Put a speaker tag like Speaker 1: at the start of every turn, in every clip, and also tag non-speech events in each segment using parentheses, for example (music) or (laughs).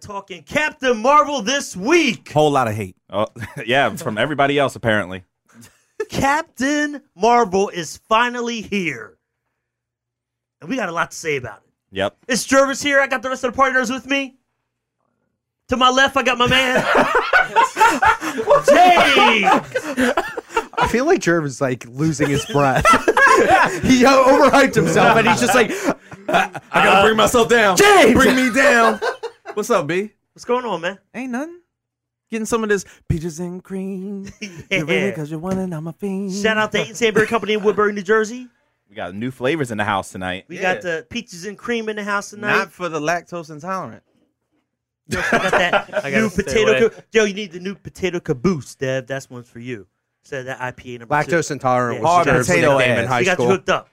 Speaker 1: talking Captain Marvel this week.
Speaker 2: Whole lot of hate.
Speaker 3: Oh, (laughs) yeah, from everybody else apparently.
Speaker 1: Captain Marvel is finally here. And we got a lot to say about it.
Speaker 3: Yep.
Speaker 1: It's Jervis here. I got the rest of the partners with me. To my left, I got my man, Jay.
Speaker 4: I feel like Jerv is like losing his
Speaker 2: (laughs)
Speaker 4: breath. he overhyped himself and he's just like,
Speaker 2: I gotta bring myself down.
Speaker 4: James!
Speaker 2: Bring me down. What's up, B?
Speaker 1: What's going on, man?
Speaker 2: Ain't nothing. Getting some of this peaches and cream.
Speaker 1: Yeah.
Speaker 2: You really cause you're one and I'm a fiend.
Speaker 1: Shout out to Eaton Sandberg Company in Woodbury, New Jersey.
Speaker 3: We got new flavors in the house tonight.
Speaker 1: We
Speaker 2: Yeah.
Speaker 1: got the peaches and cream in the house tonight.
Speaker 2: Not for the lactose intolerant.
Speaker 1: I
Speaker 2: (laughs)
Speaker 1: got that new
Speaker 5: stay
Speaker 1: potato.
Speaker 5: away.
Speaker 1: Ca- Yo, you need the new potato caboose, Dev. That's one's for you. Said that IPA number two.
Speaker 4: lactose intolerant
Speaker 1: Yeah,
Speaker 4: was
Speaker 1: she got
Speaker 4: Jerv's
Speaker 2: potato
Speaker 4: nickname in
Speaker 2: ass.
Speaker 4: high
Speaker 1: we got you
Speaker 4: school.
Speaker 1: hooked up.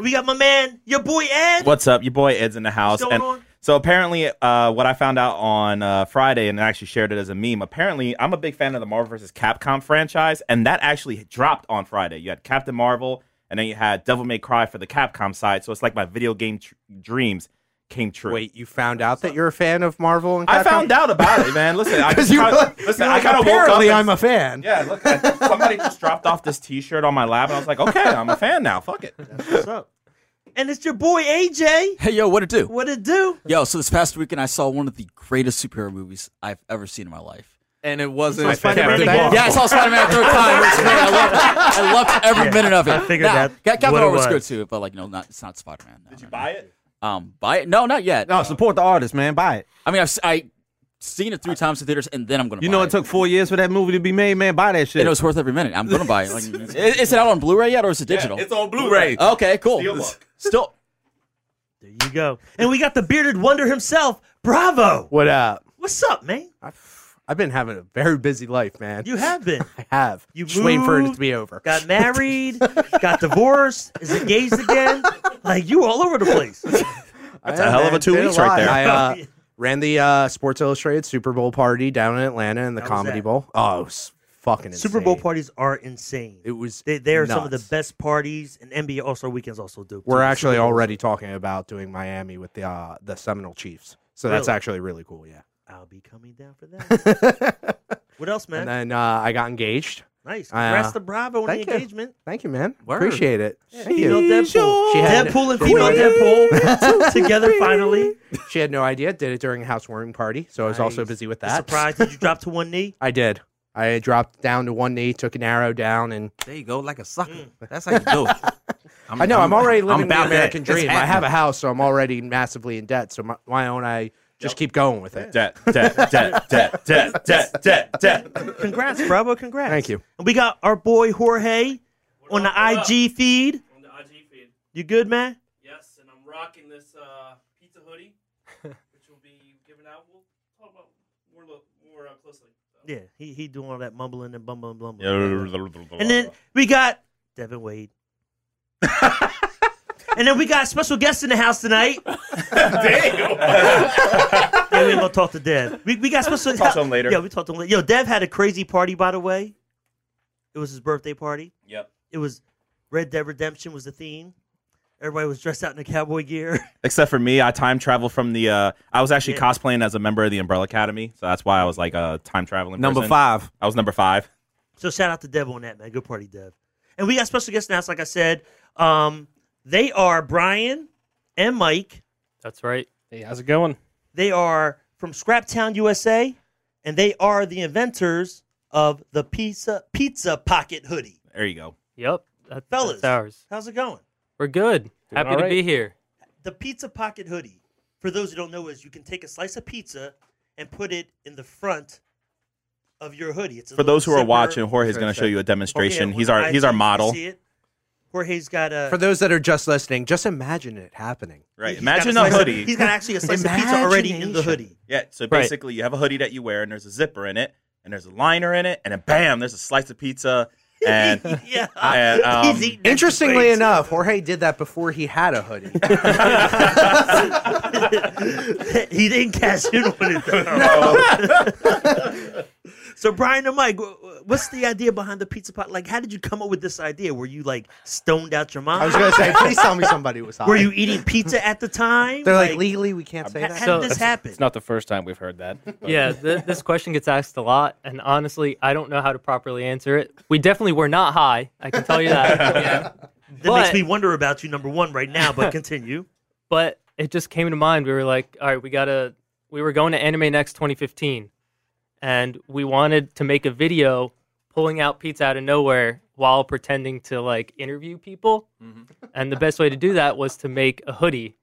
Speaker 1: We got my man, your boy Ed.
Speaker 3: What's up? Your boy Ed's in the house.
Speaker 1: What's going on?
Speaker 3: So apparently, uh, what I found out on uh, Friday, and I actually shared it as a meme. Apparently, I'm a big fan of the Marvel vs. Capcom franchise, and that actually dropped on Friday. You had Captain Marvel, and then you had Devil May Cry for the Capcom side. So it's like my video game tr- dreams came true.
Speaker 4: Wait, you found out that you're a fan of Marvel and Capcom?
Speaker 3: I
Speaker 4: (laughs)
Speaker 3: found out about it, man. Listen, I
Speaker 4: Because
Speaker 3: just
Speaker 4: you were
Speaker 3: kinda-
Speaker 4: like,
Speaker 3: listen.
Speaker 4: you were
Speaker 3: I
Speaker 4: like,
Speaker 3: kind of woke up.
Speaker 4: apparently
Speaker 3: and-
Speaker 4: I'm a fan.
Speaker 3: (laughs) yeah, look, I, somebody just dropped off this T-shirt on my lap, and I was like, okay, I'm a fan now. Fuck it.
Speaker 1: What's up? And it's your boy AJ.
Speaker 6: Hey, yo, what it do?
Speaker 1: What it do?
Speaker 6: Yo, so this past weekend I saw one of the greatest superhero movies I've ever seen in my life.
Speaker 2: And it wasn't
Speaker 1: It's like
Speaker 2: Captain
Speaker 1: Spider-Man
Speaker 2: Marvel.
Speaker 1: Day.
Speaker 6: Yeah, I saw Spider-Man Third Time. It was great. I loved it. I loved every minute of it.
Speaker 1: I figured
Speaker 6: Now,
Speaker 1: that
Speaker 6: Cap-
Speaker 1: what
Speaker 6: Captain
Speaker 1: it
Speaker 6: Marvel was good
Speaker 1: was.
Speaker 6: too, but like, no, not it's not Spider-Man. No, Did you
Speaker 3: Buy it.
Speaker 6: Um, buy it? No, not yet.
Speaker 2: No, support the artist, man. Buy it.
Speaker 6: I mean, I've s- I seen it three times in theaters, and then I'm gonna.
Speaker 2: You
Speaker 6: buy
Speaker 2: know it took four years for that movie to be made, man. Buy that shit.
Speaker 6: And it was worth every minute. I'm gonna buy it.
Speaker 2: (laughs)
Speaker 6: Like, is is it out on Blu-ray yet, or is it digital?
Speaker 3: on Blu-ray.
Speaker 6: okay, cool.
Speaker 3: Steelbook.
Speaker 6: It's Still,
Speaker 1: There you go. And we got the bearded wonder himself, Bravo.
Speaker 4: What up?
Speaker 1: What's up, man?
Speaker 4: I've been having a very busy life, man.
Speaker 1: You have
Speaker 4: (laughs)
Speaker 1: been.
Speaker 4: I have.
Speaker 1: You
Speaker 4: just waiting for it
Speaker 1: moved,
Speaker 4: to be over.
Speaker 1: Got married, got divorced, is engaged again.
Speaker 4: (laughs)
Speaker 1: Like you all over the place.
Speaker 4: That's
Speaker 3: a hell of a two weeks right there.
Speaker 4: I uh,
Speaker 1: (laughs)
Speaker 4: ran the uh, Sports Illustrated Super Bowl party down in Atlanta in the
Speaker 1: How was
Speaker 4: Comedy
Speaker 1: that?
Speaker 4: Bowl. Oh, it was fucking insane.
Speaker 1: Super Bowl parties are insane.
Speaker 4: It was.
Speaker 1: They, they are some of the
Speaker 4: nuts.
Speaker 1: best parties, and NBA All Star weekends also do. too.
Speaker 4: We're
Speaker 1: The
Speaker 4: actually
Speaker 1: Super Bowl-
Speaker 4: already talking about doing Miami with the uh, the Seminole Chiefs. So that's
Speaker 1: Really?
Speaker 4: actually really cool.
Speaker 3: (laughs)
Speaker 4: Yeah.
Speaker 1: I'll be coming down for
Speaker 4: (laughs)
Speaker 1: that. what else, man?
Speaker 4: And then uh, I got engaged.
Speaker 1: nice. Congrats
Speaker 4: uh,
Speaker 1: to Bravo on the
Speaker 4: thank you.
Speaker 1: engagement.
Speaker 4: Thank you, man.
Speaker 2: Word.
Speaker 4: Appreciate it. Thank
Speaker 1: Female
Speaker 4: you.
Speaker 1: Deadpool.
Speaker 4: She had-
Speaker 1: Deadpool and female
Speaker 4: (laughs)
Speaker 1: Deadpool together finally.
Speaker 4: She had no idea. Did it during a housewarming party, so I was also busy with that.
Speaker 1: Surprised did you drop to one
Speaker 4: (laughs)
Speaker 1: knee?
Speaker 4: I did. I dropped down to one knee, took an arrow down, and
Speaker 2: There you go, like a sucker.
Speaker 4: Mm.
Speaker 2: That's how you do
Speaker 4: (laughs)
Speaker 2: it. I'm,
Speaker 4: I know I'm, already living the
Speaker 2: about that.
Speaker 4: American
Speaker 2: It's
Speaker 4: dream. I have
Speaker 2: happening.
Speaker 4: a house, so I'm already massively in debt. So my, why don't I just keep going with it?
Speaker 3: Debt, debt, debt, debt, debt, debt, debt, debt.
Speaker 1: Congrats, Bravo. Congrats.
Speaker 4: Thank you.
Speaker 1: And we got our boy Jorge on the IG feed.
Speaker 5: On the IG feed.
Speaker 1: You good, man?
Speaker 5: Yes, and I'm rocking this uh, pizza
Speaker 7: (laughs)
Speaker 5: hoodie, which will be given out. We'll talk about more lo- more uh, closely.
Speaker 1: Yeah, he he doing all that mumbling and bumbling, bumbling. And
Speaker 3: And
Speaker 1: then we got Devin Wade. and then we got a special guest in the house tonight. Yeah, we ain't gonna talk to Dev. We, we got special.
Speaker 3: Talk to him later.
Speaker 1: Yeah, we talked to him later. Yo, Dev had a crazy party, by the way. It was his birthday party.
Speaker 3: Yep.
Speaker 1: It was Red Dead Redemption was the theme. Everybody was dressed out in the cowboy gear. (laughs)
Speaker 3: Except for me, I time travel from the. Uh, I was actually
Speaker 1: Yeah.
Speaker 3: cosplaying as a member of the Umbrella Academy, so that's why I was like a time traveling.
Speaker 2: Number
Speaker 3: person.
Speaker 2: five.
Speaker 3: I was number five.
Speaker 1: So shout out to Dev on that, man. Good party, Dev. And we got special guests now, like I said. Um, they are Brian and Mike.
Speaker 5: That's right. Hey, how's it going?
Speaker 1: They are from Scraptown, USA, and they are the inventors of the pizza pizza pocket hoodie.
Speaker 3: There you go.
Speaker 7: Yep. That,
Speaker 1: Fellas.
Speaker 7: That's ours.
Speaker 1: How's it going?
Speaker 7: We're good. Happy to be here.
Speaker 1: The pizza pocket hoodie, for those who don't know, is you can take a slice of pizza and put it in the front of your hoodie. It's a
Speaker 3: For
Speaker 1: little
Speaker 3: those who are
Speaker 1: zipper. Oh,
Speaker 3: watching, Jorge's going to show you a demonstration. he's our he's our model.
Speaker 1: See it? Jorge's got a
Speaker 4: For those that are just listening, just imagine it happening.
Speaker 3: Right.
Speaker 1: He's got
Speaker 3: Imagine a
Speaker 1: slice of-
Speaker 3: hoodie.
Speaker 1: he's got actually a slice of pizza already in the
Speaker 4: Imagination.
Speaker 1: hoodie.
Speaker 3: Yeah. So
Speaker 7: Right.
Speaker 3: basically, you have a hoodie that you wear, and there's a zipper in it, and there's a liner in it, and then bam, there's a slice of pizza, and
Speaker 1: (laughs) yeah.
Speaker 3: and, um,
Speaker 1: He's eating it.
Speaker 4: Interestingly
Speaker 1: Great.
Speaker 4: enough, Jorge did that before he had a hoodie.
Speaker 1: he didn't cash in on it though. so Brian and Mike, wh- wh- what's the idea behind the pizza pot? Like, how did you come up with this idea? Were you like stoned out your mind?
Speaker 4: (laughs) I was gonna say, please tell me somebody was high.
Speaker 1: Were you eating pizza at the time?
Speaker 4: They're like, legally we can't say
Speaker 1: how,
Speaker 4: that.
Speaker 1: how
Speaker 7: So-
Speaker 1: did this happen?
Speaker 8: It's not the first time we've heard that. but-
Speaker 7: Yeah, th- this question gets asked a lot, and honestly, I don't know how to properly answer it. We definitely were not high. I can tell
Speaker 1: (laughs)
Speaker 7: you that.
Speaker 1: that makes
Speaker 7: but-
Speaker 1: me wonder about you, number one, right now. But continue.
Speaker 7: but it just came to mind. We were like, all right, we gotta. We were going to Anime Next 2015, and we wanted to make a video pulling out pizza out of nowhere while pretending to like interview people.
Speaker 4: Mm-hmm.
Speaker 7: And the best way to do that was to make a hoodie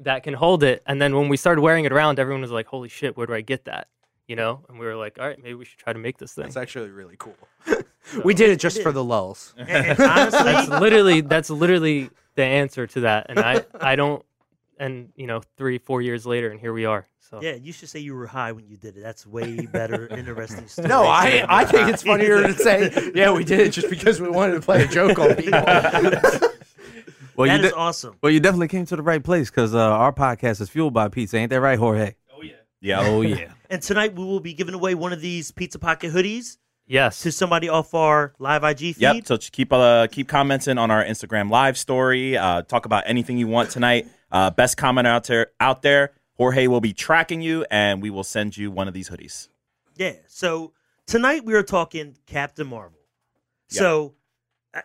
Speaker 7: that can hold it. And then when we started wearing it around, everyone was like, "Holy shit, where do I get that?" You know. And we were like, all right, maybe we should try to make this thing.
Speaker 4: That's actually really cool. we did it just for the lulls.
Speaker 1: And, and
Speaker 4: (laughs)
Speaker 1: honestly,
Speaker 7: that's literally that's literally the answer to that and i i don't and you know three four years later and here we are so
Speaker 1: yeah, you should say you were high when you did it. That's way better, interesting story.
Speaker 4: No, I I
Speaker 2: uh,
Speaker 4: think it's funnier to say,
Speaker 2: (laughs)
Speaker 4: yeah, we did it just because we wanted to play a joke on people.
Speaker 2: Well,
Speaker 1: That
Speaker 2: you
Speaker 1: is
Speaker 2: de-
Speaker 1: awesome.
Speaker 2: well, you definitely came to the right place because uh, our podcast is fueled by pizza, ain't that right, Jorge?
Speaker 5: Oh yeah.
Speaker 3: Yeah. (laughs)
Speaker 2: Oh yeah.
Speaker 1: And tonight we will be giving away one of these pizza pocket hoodies
Speaker 7: yes
Speaker 1: to somebody off our live IG feed.
Speaker 3: Yep. So just keep uh, keep commenting on our Instagram live story. Uh, talk about anything you want tonight. Uh, best comment out there out there. Jorge will be tracking you, and we will send you one of these hoodies.
Speaker 1: Yeah. So tonight we are talking Captain Marvel.
Speaker 3: Yeah.
Speaker 1: So, uh,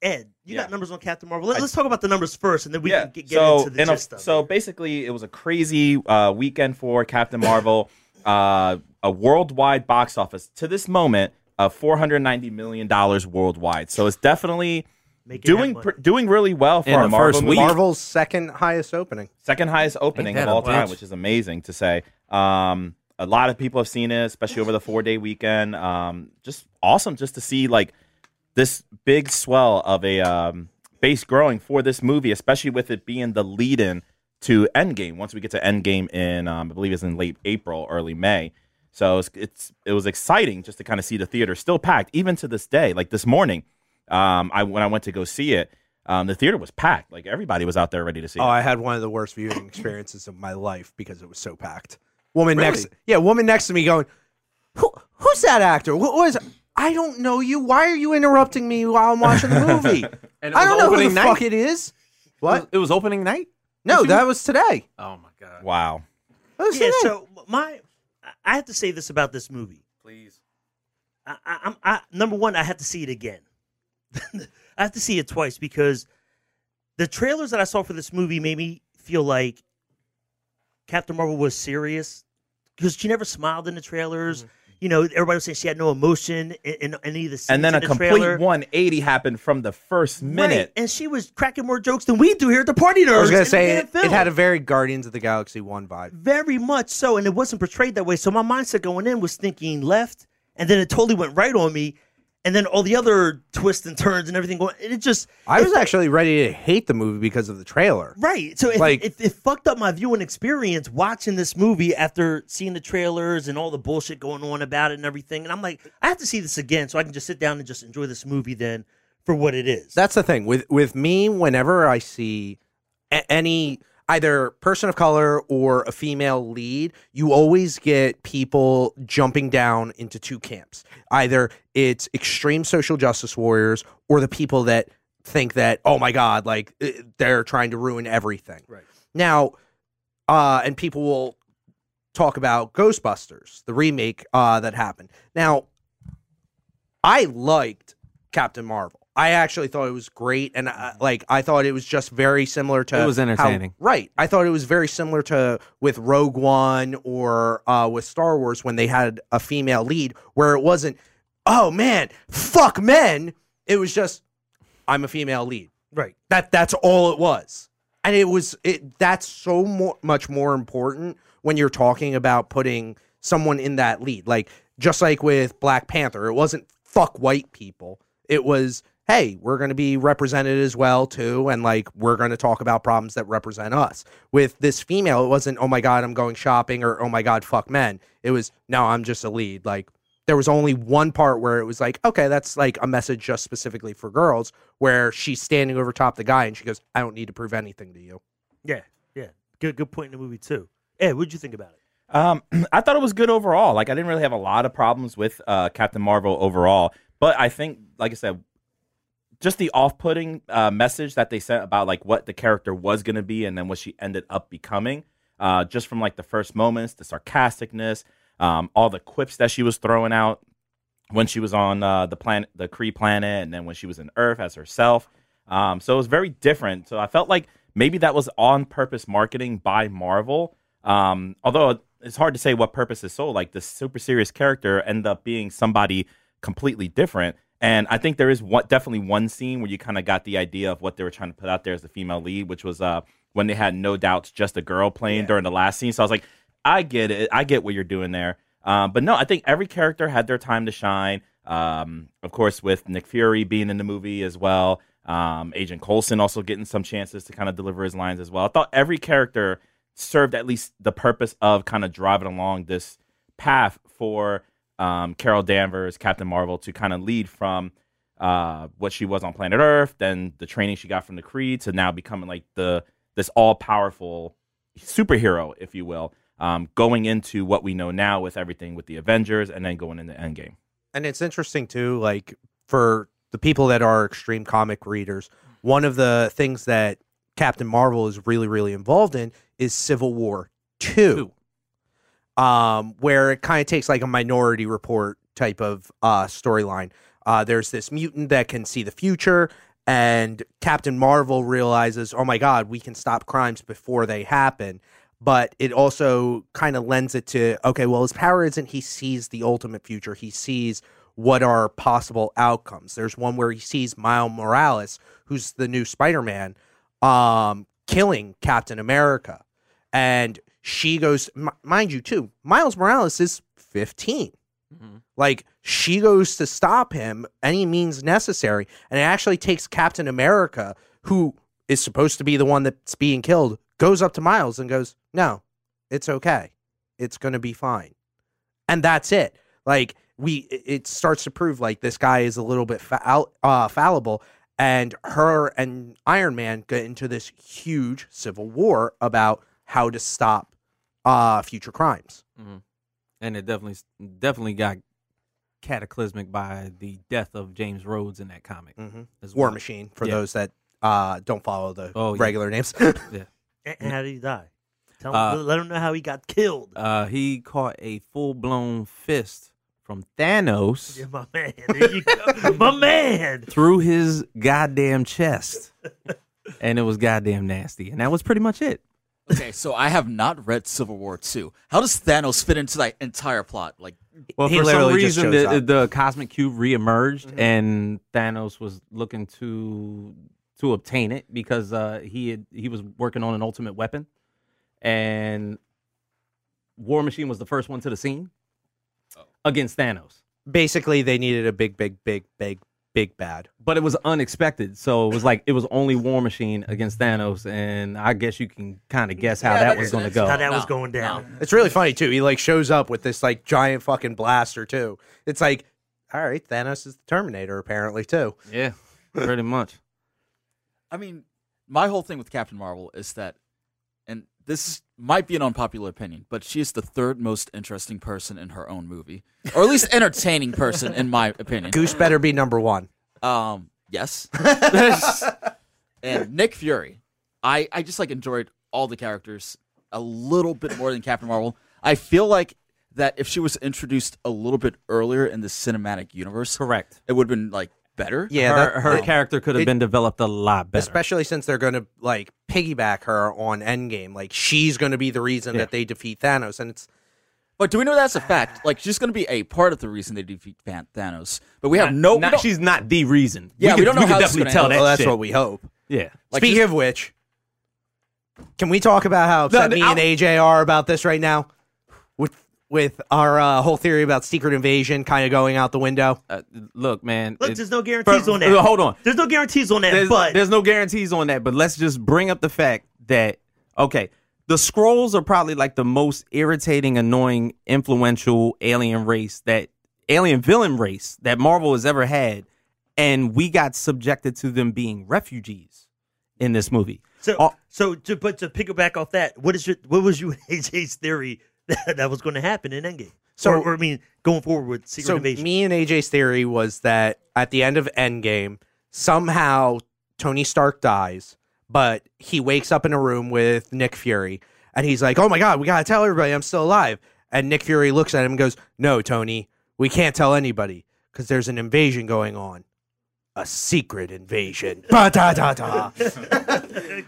Speaker 1: Ed, you
Speaker 3: Yeah.
Speaker 1: got numbers on Captain Marvel. Let,
Speaker 3: I-
Speaker 1: us talk about the numbers first, and then we can get, get
Speaker 3: so,
Speaker 1: into the
Speaker 3: in a-
Speaker 1: gist of
Speaker 3: so
Speaker 1: it.
Speaker 3: basically, it was a crazy uh, weekend for
Speaker 1: (laughs)
Speaker 3: Captain Marvel. uh, a worldwide box office to this moment uh, of 490 million dollars worldwide. So it's definitely
Speaker 1: Making that
Speaker 3: doing
Speaker 1: money.
Speaker 3: pr- doing really well for
Speaker 2: In
Speaker 3: a
Speaker 2: the
Speaker 3: Marvel
Speaker 2: first
Speaker 3: movie.
Speaker 2: week.
Speaker 4: Marvel's second highest opening.
Speaker 3: second highest opening
Speaker 2: Ain't
Speaker 3: of
Speaker 2: that
Speaker 3: all
Speaker 2: a
Speaker 3: time,
Speaker 2: bitch?
Speaker 3: which is amazing to say. Um, a lot of people have seen it, especially over the four day weekend. Um, just awesome, just to see like this big swell of a um, base growing for this movie, especially with it being the lead in to Endgame. Once we get to Endgame in, um, I believe it's in late April, early May. So it's, it's it was exciting just to kind of see the theater still packed, even to this day. Like this morning, um, I when I went to go see it, um, the theater was packed. Like everybody was out there ready to see.
Speaker 4: Oh,
Speaker 3: it.
Speaker 4: I had one of the worst viewing experiences of my life because it was so packed. Woman next, yeah, woman next to me going, Who, "Who's that actor? What was?" I don't know you. Why are you interrupting me while I'm
Speaker 2: (laughs)
Speaker 4: watching the movie?
Speaker 2: And
Speaker 4: I don't know who the fuck it is. What?
Speaker 2: It was opening night.
Speaker 4: No, that was today.
Speaker 2: Oh my god.
Speaker 3: Wow.
Speaker 4: That was
Speaker 1: yeah.
Speaker 4: today.
Speaker 1: So my, I- I have to say this about this movie.
Speaker 8: Please.
Speaker 1: I, I, I'm I, number one. I have to see it again. (laughs) I have to see it twice because the trailers that I saw for this movie made me feel like Captain Marvel was serious because she never smiled in the trailers. You know, everybody was saying she had no emotion in, in any of the scenes
Speaker 3: and then
Speaker 1: in
Speaker 3: a
Speaker 1: the
Speaker 3: complete
Speaker 1: trailer.
Speaker 3: 180 happened from the first
Speaker 1: Right,
Speaker 3: minute.
Speaker 1: and she was cracking more jokes than we do here at the party nerds.
Speaker 4: I was
Speaker 1: in
Speaker 4: gonna
Speaker 1: the
Speaker 4: say
Speaker 1: damn
Speaker 4: it,
Speaker 1: film.
Speaker 4: it had a very Guardians of the Galaxy one vibe.
Speaker 1: Very much so, and it wasn't portrayed that way. So my mindset going in was thinking left, and then it totally went right on me, and then all the other twists and turns and everything going. It just
Speaker 4: I
Speaker 1: it-
Speaker 4: was actually ready to hate the movie because of the trailer.
Speaker 1: right. So it,
Speaker 4: like-
Speaker 1: it, it fucked up my viewing experience watching this movie after seeing the trailers and all the bullshit going on about it and everything. And I'm like, I have to see this again so I can just sit down and just enjoy this movie then for what it is.
Speaker 4: That's the thing with with me. Whenever I see a- any either person of color or a female lead, you always get people jumping down into two camps. Either it's extreme social justice warriors or the people that think that oh my god, like eh, they're trying to ruin everything. Right now, uh, and people will talk about Ghostbusters, the remake uh, that happened. Now, I liked Captain Marvel. I actually thought it was great, and I, like I thought it was just very similar to
Speaker 2: It was
Speaker 4: how-
Speaker 2: entertaining.
Speaker 4: right, I thought it was very similar to with Rogue One or uh, with Star Wars when they had a female lead, where it wasn't, oh man, fuck men. It was just, I'm a female lead.
Speaker 1: Right.
Speaker 4: That that's all it was, and it was it. That's so more, much more important when you're talking about putting someone in that lead. Like just like with Black Panther, it wasn't fuck white people. It was hey, we're going to be represented as well too, and like we're going to talk about problems that represent us. With this female, it wasn't oh my god, I'm going shopping or oh my god, fuck men. It was no, I'm just a lead. Like there was only one part where it was like, okay, that's like a message just specifically for girls, where she's standing over top the guy and she goes, I don't need to prove anything to you.
Speaker 1: Yeah, yeah. Good good point in the movie too. Ed, what'd you think about it?
Speaker 3: Um, (clears throat) I thought it was good overall. Like I didn't really have a lot of problems with uh, Captain Marvel overall, but I think, like I said, just the off-putting uh, message that they sent about like what the character was going to be and then what she ended up becoming, uh, just from like the first moments, the sarcasticness, um, all the quips that she was throwing out when she was on uh, the planet, the Kree planet, and then when she was in Earth as herself. Um, so it was very different. So I felt like maybe that was on-purpose marketing by Marvel. Um, although it's hard to say what purpose is so like this super serious character end up being somebody completely different. And I think there is one, definitely one scene where you kind of got the idea of what they were trying to put out there as the female lead, which was uh, when they had no doubts just a girl playing during the last scene. So I was like, I get it. I get what you're doing there. Um, but no, I think every character had their time to shine. Um, of course, with Nick Fury being in the movie as well, um, Agent Coulson also getting some chances to kind of deliver his lines as well. I thought every character served at least the purpose of kind of driving along this path for um, Carol Danvers, Captain Marvel, to kind of lead from uh, what she was on planet Earth, then the training she got from the Creed, to now becoming like the this all powerful superhero, if you will, um, going into what we know now with everything with the Avengers, and then going into Endgame.
Speaker 4: and it's interesting too like for the people that are extreme comic readers one of the things that captain marvel is really really involved in is civil war 2 um where it kind of takes like a minority report type of uh storyline uh there's this mutant that can see the future and captain marvel realizes oh my god we can stop crimes before they happen but it also kind of lends it to okay well his power isn't he sees the ultimate future he sees what are possible outcomes there's one where he sees miles morales who's the new spider-man um, killing captain america and she goes m- mind you too miles morales is 15 like she goes to stop him any means necessary and it actually takes captain america who is supposed to be the one that's being killed goes up to miles and goes no it's okay it's going to be fine and that's it like we it- it starts to prove like this guy is a little bit fa- uh, fallible and her and iron man get into this huge civil war about how to stop uh future crimes
Speaker 2: and it definitely definitely got cataclysmic by the death of James Rhodes in that comic.
Speaker 4: Mhm.
Speaker 2: as
Speaker 4: war
Speaker 2: well.
Speaker 4: machine for
Speaker 2: Yeah.
Speaker 4: those that uh don't follow the
Speaker 2: Oh, yeah.
Speaker 4: regular names
Speaker 1: And, and how did he die? Tell
Speaker 2: Uh,
Speaker 1: him, let him know how he got killed.
Speaker 2: Uh, he caught a full blown fist from Thanos
Speaker 1: yeah, my man. There you go. my man.
Speaker 2: through his goddamn chest, and it was goddamn nasty. And that was pretty much it.
Speaker 6: Okay, so I have not read Civil War 2. How does Thanos fit into that entire plot? Like,
Speaker 2: (laughs) Well,
Speaker 4: He
Speaker 2: for some
Speaker 4: literally just
Speaker 2: reason,
Speaker 4: shows
Speaker 2: the,
Speaker 4: up.
Speaker 2: the cosmic cube reemerged, and Thanos was looking to to obtain it because uh, he had, he was working on an ultimate weapon, and War Machine was the first one to the scene against Thanos.
Speaker 4: basically they needed a big big big big big bad
Speaker 2: But it was unexpected, so it was like it was only War Machine against Thanos, and I guess you can kind of guess how that was going to go.
Speaker 1: How that was going down.
Speaker 4: It's really funny too. He like shows up with this like giant fucking blaster too. It's like, all right, Thanos is the Terminator apparently too.
Speaker 2: Yeah, pretty much.
Speaker 6: I mean, my whole thing with Captain Marvel is that, and this is- might be an unpopular opinion, but she is the third most interesting person in her own movie, or at least entertaining person, in my opinion.
Speaker 4: Goose better be number one.
Speaker 6: Um, yes. and Nick Fury. I, I just like enjoyed all the characters a little bit more than Captain Marvel. I feel like that if she was introduced a little bit earlier in the cinematic universe,
Speaker 2: Correct.
Speaker 6: it would have been like better.
Speaker 4: Yeah,
Speaker 2: her
Speaker 4: that-
Speaker 2: her
Speaker 4: it-
Speaker 2: character could have
Speaker 4: it-
Speaker 2: been developed a lot better.
Speaker 4: Especially since they're going to like piggyback her on Endgame. Like she's going to be the reason that they defeat Thanos, and it's
Speaker 6: But do we know that's a fact? Like she's going to be a part of the reason they defeat Than- Thanos. But we have no. we
Speaker 2: Not-
Speaker 6: don't-
Speaker 2: she's not the reason.
Speaker 6: Yeah, we
Speaker 2: could-
Speaker 6: don't know
Speaker 2: could
Speaker 6: how this is
Speaker 2: definitely
Speaker 6: gonna
Speaker 2: tell
Speaker 6: end.
Speaker 2: that.
Speaker 4: well, Oh, that's
Speaker 2: shit.
Speaker 4: what we hope.
Speaker 2: Yeah.
Speaker 6: like,
Speaker 4: Speaking
Speaker 6: she's-
Speaker 4: of which, can we talk about how upset
Speaker 2: no,
Speaker 4: me
Speaker 2: I'll-
Speaker 4: and AJ are about this right now? With with our uh, whole theory about secret invasion kind of going out the window.
Speaker 2: Uh, look, man.
Speaker 1: Look,
Speaker 2: it-
Speaker 1: there's no guarantees on that.
Speaker 2: Hold on.
Speaker 1: There's no guarantees on that,
Speaker 2: There's,
Speaker 1: but
Speaker 2: there's no guarantees on that, but let's just bring up the fact that okay, the scrolls are probably like the most irritating, annoying, influential alien race that alien villain race that Marvel has ever had, and we got subjected to them being refugees in this movie.
Speaker 1: so
Speaker 2: All-
Speaker 1: so. To, but to pick it back off that, what is your what was you AJ's theory (laughs) that was going to happen in Endgame. So,
Speaker 4: So-
Speaker 1: or, or, I mean, going forward with Secret
Speaker 4: so
Speaker 1: Invasion.
Speaker 4: me and AJ's theory was that at the end of Endgame, somehow Tony Stark dies, but he wakes up in a room with Nick Fury, and he's like, "Oh my god, we gotta tell everybody I'm still alive." And Nick Fury looks at him and goes, "No, Tony, we can't tell anybody because there's an invasion going on." A secret invasion, (laughs) Ba-da-da-da.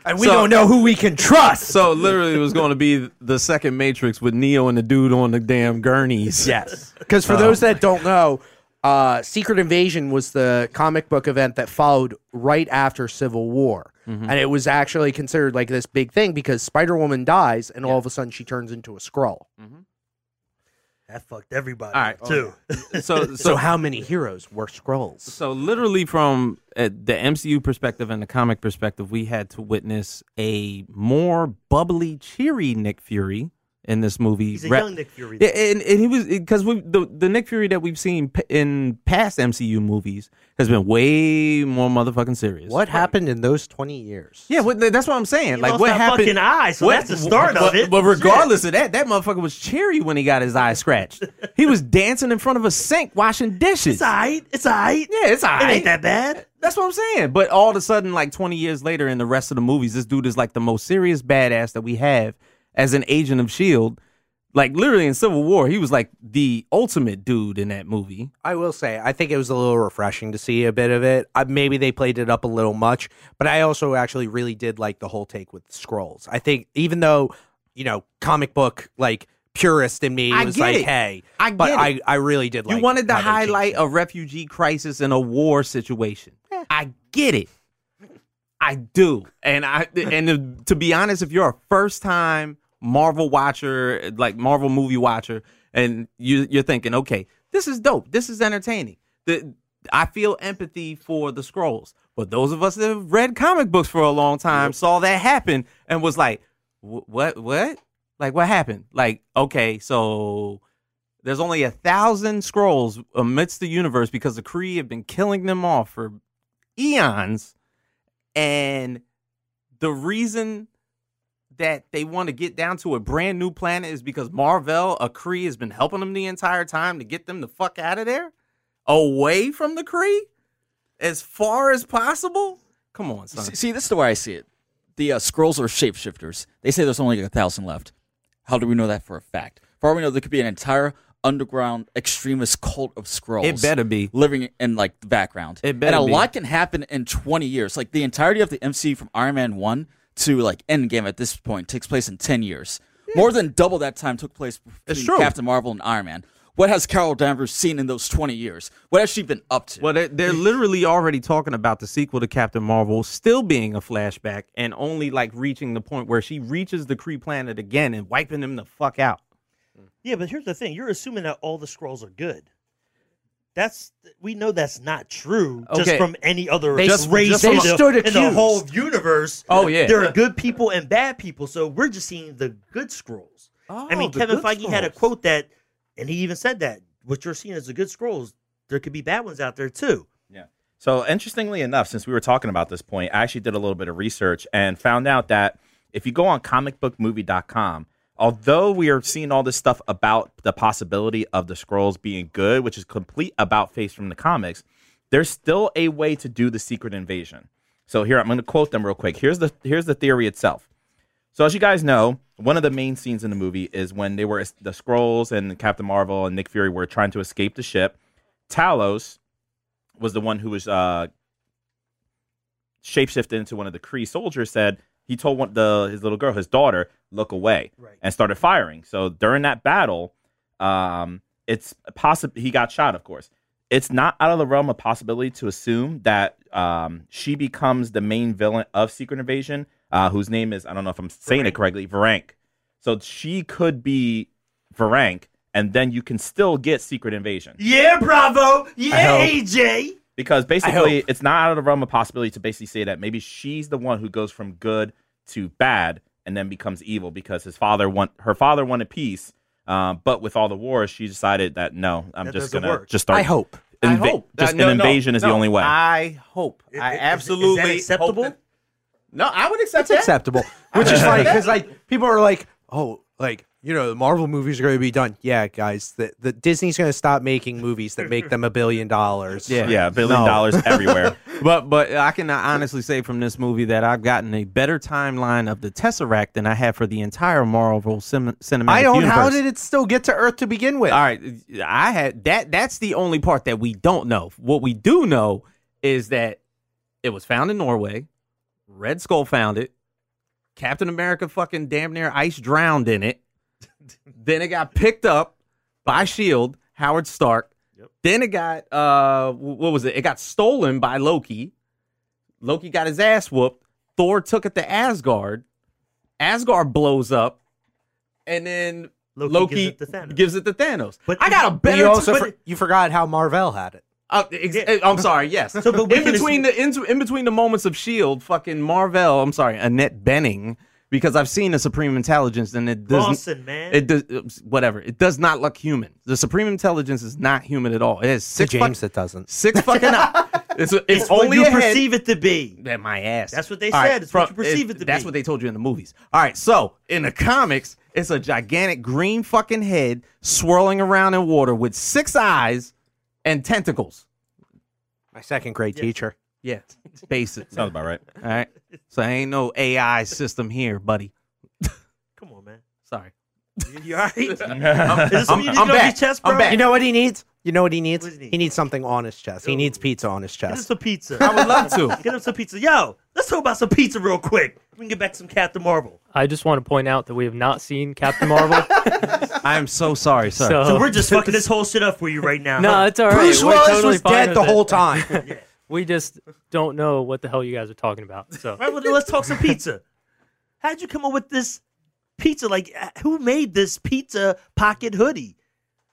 Speaker 4: and we
Speaker 2: So-
Speaker 4: don't know who we can trust.
Speaker 2: So literally, it was going to be the second Matrix with Neo and the dude on the damn gurneys.
Speaker 4: Yes. Because for
Speaker 2: Oh
Speaker 4: those that don't know, uh, Secret Invasion was the comic book event that followed right after Civil War.
Speaker 2: Mm-hmm.
Speaker 4: And it was actually considered like this big thing because Spider Woman dies and all of a sudden she turns into a Skrull.
Speaker 1: that fucked everybody.
Speaker 2: All right.
Speaker 1: too. (laughs)
Speaker 2: So
Speaker 4: So,
Speaker 2: so
Speaker 4: how many heroes were Skrulls?
Speaker 2: so literally from uh, the MCU perspective and the comic perspective, we had to witness a more bubbly, cheery Nick Fury in this movie.
Speaker 1: He's a
Speaker 2: Ra-
Speaker 1: young Nick Fury.
Speaker 2: Yeah, and, and he was because we the the Nick Fury that we've seen p- in past MCU movies has been way more motherfucking serious.
Speaker 4: What happened in those 20 years?
Speaker 2: Yeah, what, that's what I'm saying.
Speaker 1: He
Speaker 2: like
Speaker 1: lost
Speaker 2: what
Speaker 1: that
Speaker 2: happened?
Speaker 1: fucking eye, so that's the start
Speaker 2: but,
Speaker 1: of it.
Speaker 2: But regardless of that, that motherfucker was cheery when he got his eye
Speaker 1: (laughs)
Speaker 2: scratched. he was dancing in front of a sink washing dishes.
Speaker 1: it's all right. It's all right.
Speaker 2: Yeah, it's all
Speaker 1: It
Speaker 2: right.
Speaker 1: ain't that bad.
Speaker 2: That's what I'm saying. But all of a sudden, like 20 years later, in the rest of the movies, this dude is like the most serious badass that we have as an agent of S.H.I.E.L.D. E Like literally in Civil War, he was like the ultimate dude in that movie.
Speaker 4: I will say, I think it was a little refreshing to see a bit of it. Uh, maybe they played it up a little much, but I also actually really did like the whole take with scrolls. I think even though, you know, comic book like purist in me
Speaker 2: I
Speaker 4: was
Speaker 2: get
Speaker 4: like,
Speaker 2: it.
Speaker 4: hey,
Speaker 2: I
Speaker 4: but
Speaker 2: get
Speaker 4: I,
Speaker 2: it.
Speaker 4: I really did like
Speaker 2: you wanted to
Speaker 4: how they changed
Speaker 2: highlight
Speaker 4: it.
Speaker 2: a refugee crisis and a war situation. I get it. I do. And I and to be honest, if you're a first time Marvel watcher, like Marvel movie watcher, and you you're thinking, okay, this is dope. This is entertaining. The, I feel empathy for the scrolls. But those of us that have read comic books for a long time saw that happen and was like, "Wh- what what? Like what happened? Like, okay, so there's only a thousand scrolls amidst the universe because the Kree have been killing them off for eons. And the reason that they want to get down to a brand new planet is because Marvel, a Kree, has been helping them the entire time to get them the fuck out of there, away from the Kree, as far as possible. Come on, son.
Speaker 6: See, see, this is the way I see it. The uh, scrolls are shapeshifters. They say there's only like a thousand left. How do we know that for a fact? For all we know, there could be an entire underground extremist cult of scrolls.
Speaker 2: It better be.
Speaker 6: living in like the background.
Speaker 2: It better
Speaker 6: and a
Speaker 2: be.
Speaker 6: lot can happen in 20 years. Like the entirety of the MCU from Iron Man one to like Endgame at this point takes place in 10 years. More than double that time took place between
Speaker 2: true.
Speaker 6: Captain Marvel and Iron Man. What has Carol Danvers seen in those 20 years? What has she been up to?
Speaker 2: Well, they're, they're literally already talking about the sequel to Captain Marvel still being a flashback and only like reaching the point where she reaches the Kree planet again and wiping them the fuck out.
Speaker 1: Yeah, but here's the thing: you're assuming that all the scrolls are good. That's we know that's not true.
Speaker 2: Okay.
Speaker 1: Just from any other
Speaker 4: They-
Speaker 1: just, race
Speaker 4: just
Speaker 1: in,
Speaker 4: from-
Speaker 1: the,
Speaker 4: stood
Speaker 1: in the
Speaker 4: accused.
Speaker 1: whole universe.
Speaker 2: Oh, yeah.
Speaker 1: there are good people and bad people. So we're just seeing the good scrolls.
Speaker 4: Oh,
Speaker 1: I mean,
Speaker 2: the
Speaker 1: Kevin
Speaker 2: good
Speaker 1: Feige had a
Speaker 2: Skrulls.
Speaker 1: quote that, and he even said that what you're seeing is the good scrolls. There could be bad ones out there too.
Speaker 3: Yeah. So interestingly enough, since we were talking about this point, I actually did a little bit of research and found out that if you go on comicbookmovie.com, although we are seeing all this stuff about the possibility of the scrolls being good, which is complete about face from the comics, there's still a way to do the secret invasion. So here I'm going to quote them real quick. Here's the here's the theory itself. So as you guys know, one of the main scenes in the movie is when they were the scrolls and Captain Marvel and Nick Fury were trying to escape the ship. Talos, was the one who was uh, shapeshifted into one of the Kree soldiers. Said he told one, the his little girl, his daughter, look away,
Speaker 1: Right.
Speaker 3: and started firing. So during that battle, um, it's possible he got shot. Of course, it's not out of the realm of possibility to assume that um, she becomes the main villain of Secret Invasion, uh, whose name is I don't know if I'm saying it correctly, Varank. So she could be Varank, and then you can still get Secret Invasion
Speaker 1: Yeah, bravo. Yeah,
Speaker 4: hope.
Speaker 1: AJ.
Speaker 3: because basically
Speaker 4: hope.
Speaker 3: it's not out of the realm of possibility to basically say that maybe she's the one who goes from good to bad and then becomes evil because his father want her father wanted peace um, but with all the wars she decided that no i'm
Speaker 1: That
Speaker 3: just
Speaker 1: doesn't
Speaker 3: gonna
Speaker 1: work.
Speaker 3: just start
Speaker 4: I hope.
Speaker 2: I
Speaker 3: inva-
Speaker 2: hope.
Speaker 3: just
Speaker 2: Uh, no,
Speaker 3: an
Speaker 2: no,
Speaker 3: invasion is the
Speaker 2: no.
Speaker 3: only way
Speaker 2: I hope.
Speaker 1: I-
Speaker 2: I
Speaker 1: is- is that
Speaker 2: absolutely hope
Speaker 1: acceptable?
Speaker 2: that- no, I would accept
Speaker 4: It's acceptable, which is funny because like people are like, oh, like
Speaker 9: you know, the Marvel movies are going to be done. Yeah, guys, the, the Disney's going to stop making movies that make them a billion dollars.
Speaker 4: Yeah.
Speaker 3: Yeah, a billion
Speaker 2: (laughs)
Speaker 4: No.
Speaker 3: dollars everywhere.
Speaker 4: But but I can honestly say from this movie that I've gotten a better timeline of the Tesseract than I have for the entire Marvel cin- cinematic
Speaker 9: I don't.
Speaker 4: universe.
Speaker 9: How did it still get to Earth to begin with?
Speaker 4: All right, I had that. That's the only part that we don't know. What we do know is that it was found in Norway. Red Skull found it. Captain America fucking damn near ice drowned in it. then it got picked up by Shield, E Howard Stark. Then it got uh, wh- what was it? It got stolen by Loki. Loki got his ass whooped. Thor took it to Asgard. Asgard blows up, and then
Speaker 1: Loki,
Speaker 4: Loki,
Speaker 1: gives it to Thanos.
Speaker 4: gives it to Thanos.
Speaker 1: But-
Speaker 4: But I got a
Speaker 9: But
Speaker 4: better.
Speaker 9: you also
Speaker 4: but-
Speaker 9: for- you forgot how Marvel had it.
Speaker 4: uh, ex- I'm sorry. Yes.
Speaker 1: (laughs) So, but we
Speaker 4: in
Speaker 1: can
Speaker 4: between the in, in between the moments of Shield, E fucking Marvel. I'm sorry, Annette Benning, because I've seen the Supreme Intelligence, and it does
Speaker 1: Boston, man.
Speaker 4: It does oops, whatever. It does not look human. The Supreme Intelligence is not human at all. It has
Speaker 9: To
Speaker 4: six
Speaker 9: James, that
Speaker 4: fuck-
Speaker 9: doesn't. (laughs)
Speaker 4: six fucking. it's it's,
Speaker 1: it's
Speaker 4: only
Speaker 1: what
Speaker 4: a
Speaker 1: you
Speaker 4: head-
Speaker 1: perceive it to be.
Speaker 4: at my ass.
Speaker 1: That's what they
Speaker 4: All
Speaker 1: said. It's what you perceive it to
Speaker 4: That's
Speaker 1: be.
Speaker 4: what they told you in the movies. All right. So in the comics, it's a gigantic green fucking head swirling around in water with six eyes and tentacles.
Speaker 9: My second grade teacher.
Speaker 4: Yeah. Basic.
Speaker 3: (laughs) Sounds about right.
Speaker 4: All right. So ain't no AI system here, buddy.
Speaker 1: Come on, man.
Speaker 4: Sorry.
Speaker 1: You all right? Is
Speaker 2: (laughs)
Speaker 1: this
Speaker 4: I'm-
Speaker 1: something you need to
Speaker 4: I'm
Speaker 1: go get
Speaker 4: back.
Speaker 1: your chest, bro?
Speaker 4: I'm back.
Speaker 9: You know what he needs? You know what he needs?
Speaker 1: What does he
Speaker 9: he,
Speaker 1: need?
Speaker 9: needs something on his chest. He needs pizza on his
Speaker 1: Get him
Speaker 9: chest.
Speaker 1: some pizza.
Speaker 4: I would love to.
Speaker 1: Get him some pizza. Yo, let's talk about some pizza real quick. We can get back to some Captain Marvel.
Speaker 7: I just want to point out that we have not seen
Speaker 9: (laughs)
Speaker 7: Captain Marvel.
Speaker 4: I am so sorry, sir.
Speaker 7: So-
Speaker 1: So we're just fucking this whole shit up for you right now.
Speaker 7: (laughs) no,
Speaker 1: huh?
Speaker 7: it's all right.
Speaker 9: Bruce
Speaker 7: We're
Speaker 9: Willis
Speaker 7: totally
Speaker 9: was
Speaker 7: fine
Speaker 9: dead
Speaker 7: with
Speaker 9: the
Speaker 7: it.
Speaker 9: whole
Speaker 1: (laughs)
Speaker 9: time.
Speaker 7: We just don't know what the hell you guys are talking about.
Speaker 9: (laughs)
Speaker 7: So
Speaker 1: All right, well, then let's talk some pizza. How'd you come up with this pizza? Like, uh, who made this pizza pocket hoodie?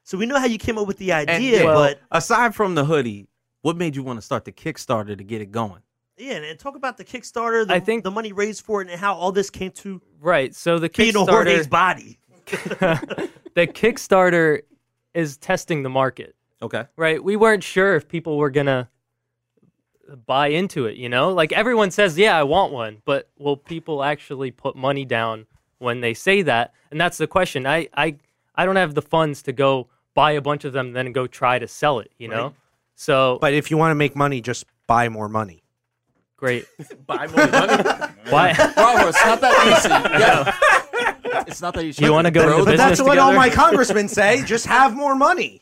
Speaker 1: So we know how you came up with the
Speaker 4: And,
Speaker 1: idea,
Speaker 4: yeah,
Speaker 1: but
Speaker 4: aside from the hoodie, what made you want to start the Kickstarter to get it going?
Speaker 1: yeah, and, and talk about the Kickstarter, the,
Speaker 7: I think-
Speaker 1: the money raised for it, and how all this came to
Speaker 7: right, so the
Speaker 1: being a Jorge's
Speaker 7: Kickstarter,
Speaker 1: body.
Speaker 7: (laughs) the Kickstarter is testing the market.
Speaker 4: Okay.
Speaker 7: Right, we weren't sure if people were gonna buy into it. You know, like everyone says, yeah, I want one, but will people actually put money down when they say that? And that's the question. I I I don't have the funds to go buy a bunch of them, and then go try to sell it. You know, so
Speaker 9: But if you want to make money, just buy more money.
Speaker 7: great.
Speaker 6: Buy more money.
Speaker 7: Why?
Speaker 6: (laughs)
Speaker 7: (laughs)
Speaker 6: Bravo, it's not that easy. (laughs) Yeah. It's not that easy.
Speaker 7: You wanna go
Speaker 6: Bro,
Speaker 7: into
Speaker 6: the-
Speaker 7: business
Speaker 9: That's what all
Speaker 7: together?
Speaker 9: my congressmen say. Just have more money.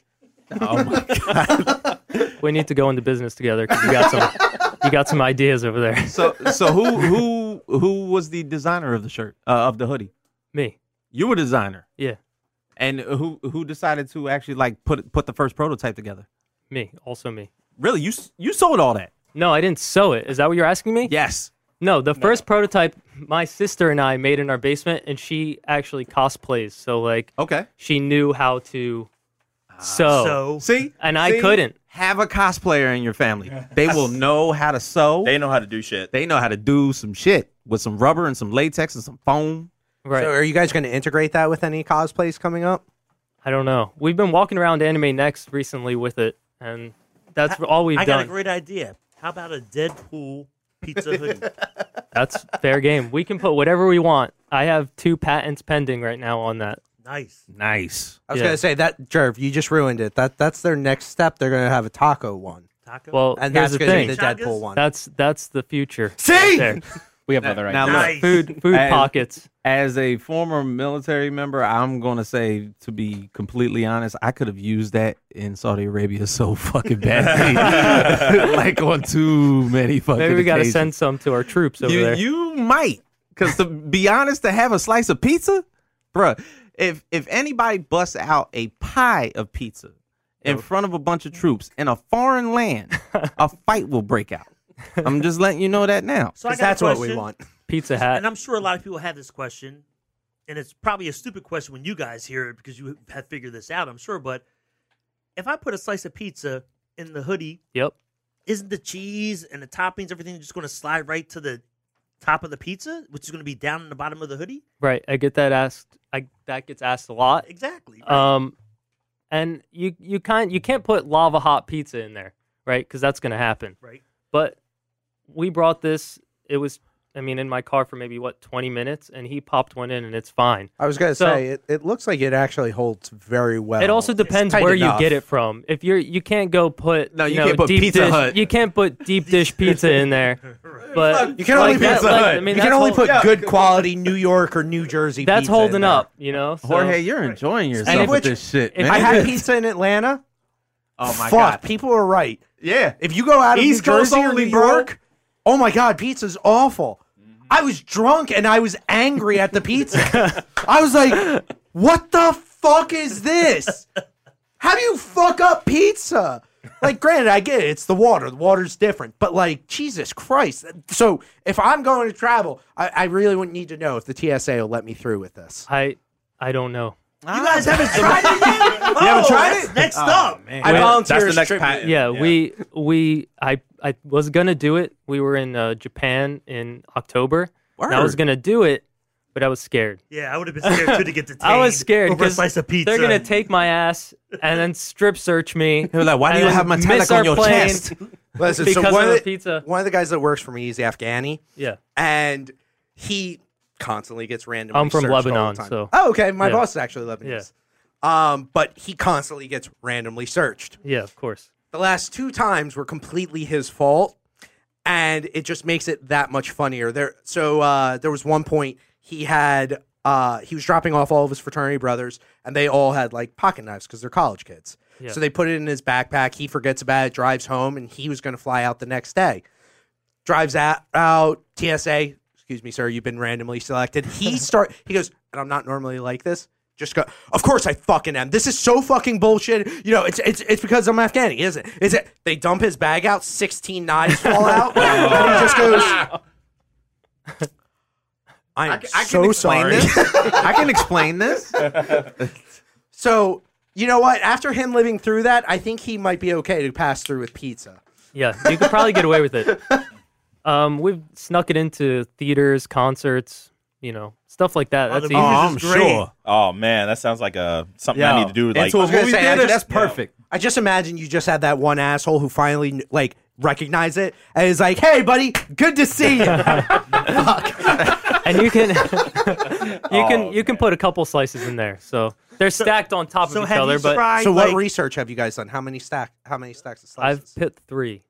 Speaker 7: We need to go into business together 'cause you got some you got some ideas over there. (laughs)
Speaker 4: So so who who who was the designer of the shirt uh, of the hoodie?
Speaker 7: Me.
Speaker 4: You were designer,
Speaker 7: Yeah.
Speaker 4: and who who decided to actually like put put the first prototype together?
Speaker 7: Me. Also me.
Speaker 4: Really, you s- you sold all that?
Speaker 7: No, I didn't sew it. Is that what you're asking me?
Speaker 4: Yes.
Speaker 7: No, the first prototype my sister and I made in our basement and she actually cosplays. So like
Speaker 4: Okay.
Speaker 7: she knew how to sew.
Speaker 1: So
Speaker 4: See,
Speaker 7: And I
Speaker 4: See?
Speaker 7: couldn't.
Speaker 4: have a cosplayer in your family. They
Speaker 7: (laughs)
Speaker 4: will know how to sew.
Speaker 3: They know how to do shit.
Speaker 4: They know how to do some shit with some rubber and some latex and some foam.
Speaker 7: Right.
Speaker 9: So are you guys going to integrate that with any cosplays coming up?
Speaker 7: I don't know. We've been walking around Anime Next recently with it and that's all we've
Speaker 1: I got
Speaker 7: done.
Speaker 1: a great idea. How about a Deadpool pizza hoodie?
Speaker 7: That's fair game. We can put whatever we want. I have two patents pending right now on that.
Speaker 1: nice.
Speaker 4: Nice.
Speaker 9: I was
Speaker 7: Yeah.
Speaker 9: going to say that, Jerv, you just ruined it. That That's their next step. They're going to have a taco one.
Speaker 1: Taco?
Speaker 7: Well,
Speaker 9: And that's
Speaker 7: here's the
Speaker 9: going to
Speaker 7: thing.
Speaker 9: be the
Speaker 1: Chagas?
Speaker 9: Deadpool one.
Speaker 7: That's that's the future. See,
Speaker 10: We have another idea.
Speaker 4: Now look,
Speaker 1: nice.
Speaker 7: food food
Speaker 4: I-
Speaker 7: pockets.
Speaker 4: as a former military member, I'm gonna say to be completely honest, I could have used that in Saudi Arabia so fucking
Speaker 7: (laughs)
Speaker 4: badly, (laughs) like on too many fucking.
Speaker 7: Maybe we got to
Speaker 4: occasions.
Speaker 7: send some to our troops over
Speaker 4: you,
Speaker 7: there.
Speaker 4: You might, because to be honest, to have a slice of pizza, bruh, if if anybody busts out a pie of pizza in front of a bunch of troops in a foreign
Speaker 7: (laughs)
Speaker 4: land, a fight will break out. I'm just letting you know that now.
Speaker 1: So I
Speaker 9: 'Cause
Speaker 1: got a
Speaker 9: that's what we
Speaker 1: question.
Speaker 9: want.
Speaker 7: Pizza
Speaker 1: and
Speaker 7: Hat.
Speaker 1: I'm sure a lot of people have this question, and it's probably a stupid question when you guys hear it because you have figured this out, I'm sure. But if I put a slice of pizza in the hoodie,
Speaker 7: Yep.
Speaker 1: isn't the cheese and the toppings, everything just going to slide right to the top of the pizza, which is going to be down in the bottom of the hoodie?
Speaker 7: Right. I get that asked. I that gets asked a lot.
Speaker 1: Exactly. right?
Speaker 7: Um, and you you can't you can't put lava hot pizza in there, right? Because that's gonna happen.
Speaker 1: Right.
Speaker 7: But we brought this. It was I mean, in my car for maybe what 20 minutes, and he popped one in, and it's fine.
Speaker 4: I was gonna
Speaker 7: So-
Speaker 4: say it, it looks like it actually holds very well.
Speaker 7: it also depends
Speaker 4: tight
Speaker 7: where
Speaker 4: enough.
Speaker 7: you get it from. If you're, you can't go put
Speaker 2: No, you
Speaker 7: know,
Speaker 2: can't put
Speaker 7: deep
Speaker 2: Pizza
Speaker 7: dish,
Speaker 2: Hut.
Speaker 7: You can't put deep
Speaker 2: (laughs)
Speaker 7: dish pizza in there. But
Speaker 4: You can
Speaker 7: like
Speaker 4: only
Speaker 7: that-
Speaker 4: pizza
Speaker 7: like,
Speaker 4: Hut.
Speaker 7: I mean,
Speaker 4: you
Speaker 7: that's
Speaker 4: can only
Speaker 7: hol-
Speaker 4: put good quality New York or New Jersey.
Speaker 7: That's
Speaker 4: pizza in
Speaker 7: holding
Speaker 4: there.
Speaker 7: up, you know. So
Speaker 2: Jorge, you're enjoying yourself
Speaker 7: if-
Speaker 2: with this shit,
Speaker 7: if-
Speaker 2: man. (laughs)
Speaker 4: I had pizza in Atlanta.
Speaker 2: oh my god.
Speaker 4: Fuck, people are right.
Speaker 2: Yeah.
Speaker 4: If you go out of
Speaker 2: East
Speaker 4: New
Speaker 2: Coast
Speaker 4: Jersey or
Speaker 2: only,
Speaker 4: New
Speaker 2: bro. Mm-hmm.
Speaker 4: York, oh my god, pizza's awful. I was drunk and I was angry at
Speaker 2: (laughs)
Speaker 4: the pizza. I was like, "What the fuck is this? How do you fuck up pizza?" Like, granted, I get it. It's the water. The water's different. But like, Jesus Christ. So if I'm going to travel, I, I really would need to know if the TSA will let me through with this.
Speaker 7: I, I don't know.
Speaker 1: You guys haven't tried it yet? Oh,
Speaker 4: tried
Speaker 1: that's
Speaker 4: it?
Speaker 1: Next up.
Speaker 4: I volunteer
Speaker 3: That's the
Speaker 4: as
Speaker 3: next
Speaker 4: tribute.
Speaker 3: patent.
Speaker 7: yeah, we we I I was gonna do it. We were in uh, Japan in October. and I was
Speaker 2: Word.
Speaker 7: gonna do it, but I was scared.
Speaker 1: Yeah, I would have been scared too to get detained.
Speaker 7: I was scared
Speaker 1: over a
Speaker 7: because
Speaker 1: slice of pizza.
Speaker 7: they're gonna take my ass and then strip search me.
Speaker 2: They were like, why do
Speaker 7: and
Speaker 2: you
Speaker 7: then
Speaker 2: have metallic
Speaker 7: miss our
Speaker 2: on your
Speaker 7: plane (laughs)
Speaker 2: chest?
Speaker 4: Listen,
Speaker 7: Because
Speaker 4: so one
Speaker 7: of
Speaker 4: of
Speaker 7: the
Speaker 4: the-
Speaker 7: pizza.
Speaker 4: One of the guys that works for me, he's Afghani.
Speaker 7: Yeah.
Speaker 4: and he constantly gets random.
Speaker 7: I'm from Lebanon, so-
Speaker 4: oh, okay. My
Speaker 7: Yeah.
Speaker 4: boss is actually Lebanese. Um, but he constantly gets randomly searched.
Speaker 7: Yeah, of course.
Speaker 4: The last two times were completely his fault, and it just makes it that much funnier. There, so uh, there was one point he had. Uh, he was dropping off all of his fraternity brothers, and they all had like pocket knives because they're college kids.
Speaker 7: Yeah.
Speaker 4: So they put it in his backpack. He forgets about it, drives home, and he was going to fly out the next day drives out, out TSA. Excuse me, sir. You've been randomly
Speaker 2: (laughs)
Speaker 4: selected. He start. He goes, and I'm not normally like this. Just go. Of course, I fucking am. This is so fucking bullshit. You know, it's it's it's because I'm Afghani, isn't it? Is it? They dump his bag out. Sixteen knives
Speaker 2: (laughs)
Speaker 4: fall out. and he just goes. I am
Speaker 2: I, c- I can
Speaker 4: so
Speaker 2: explain
Speaker 4: sorry.
Speaker 2: this.
Speaker 4: (laughs)
Speaker 2: I can explain this.
Speaker 4: So you know what? After him living through that, I think he might be okay to pass through with pizza.
Speaker 7: Yeah, you could probably get away with it. Um, we've snuck it into theaters, concerts, you know, stuff like that.
Speaker 1: Oh, the
Speaker 7: That's
Speaker 1: movies
Speaker 7: easy.
Speaker 1: is great.
Speaker 3: Oh man, that sounds like a something I need to do. Like,
Speaker 2: into a
Speaker 4: was gonna
Speaker 2: movie
Speaker 4: say, I
Speaker 2: theater?
Speaker 4: just-
Speaker 2: That's perfect.
Speaker 4: I just imagine you just had that one asshole who finally kn- like recognized it and is like, "Hey, buddy, good to see you."
Speaker 7: and you can (laughs) you can
Speaker 3: Oh,
Speaker 7: you can put a couple slices in there. So they're stacked on top
Speaker 1: So
Speaker 7: of each
Speaker 1: have
Speaker 7: other,
Speaker 1: you
Speaker 7: but
Speaker 1: tried?
Speaker 4: so, what
Speaker 1: like-
Speaker 4: research have you guys done? How many stack? How many stacks of slices?
Speaker 7: (laughs) I've picked three.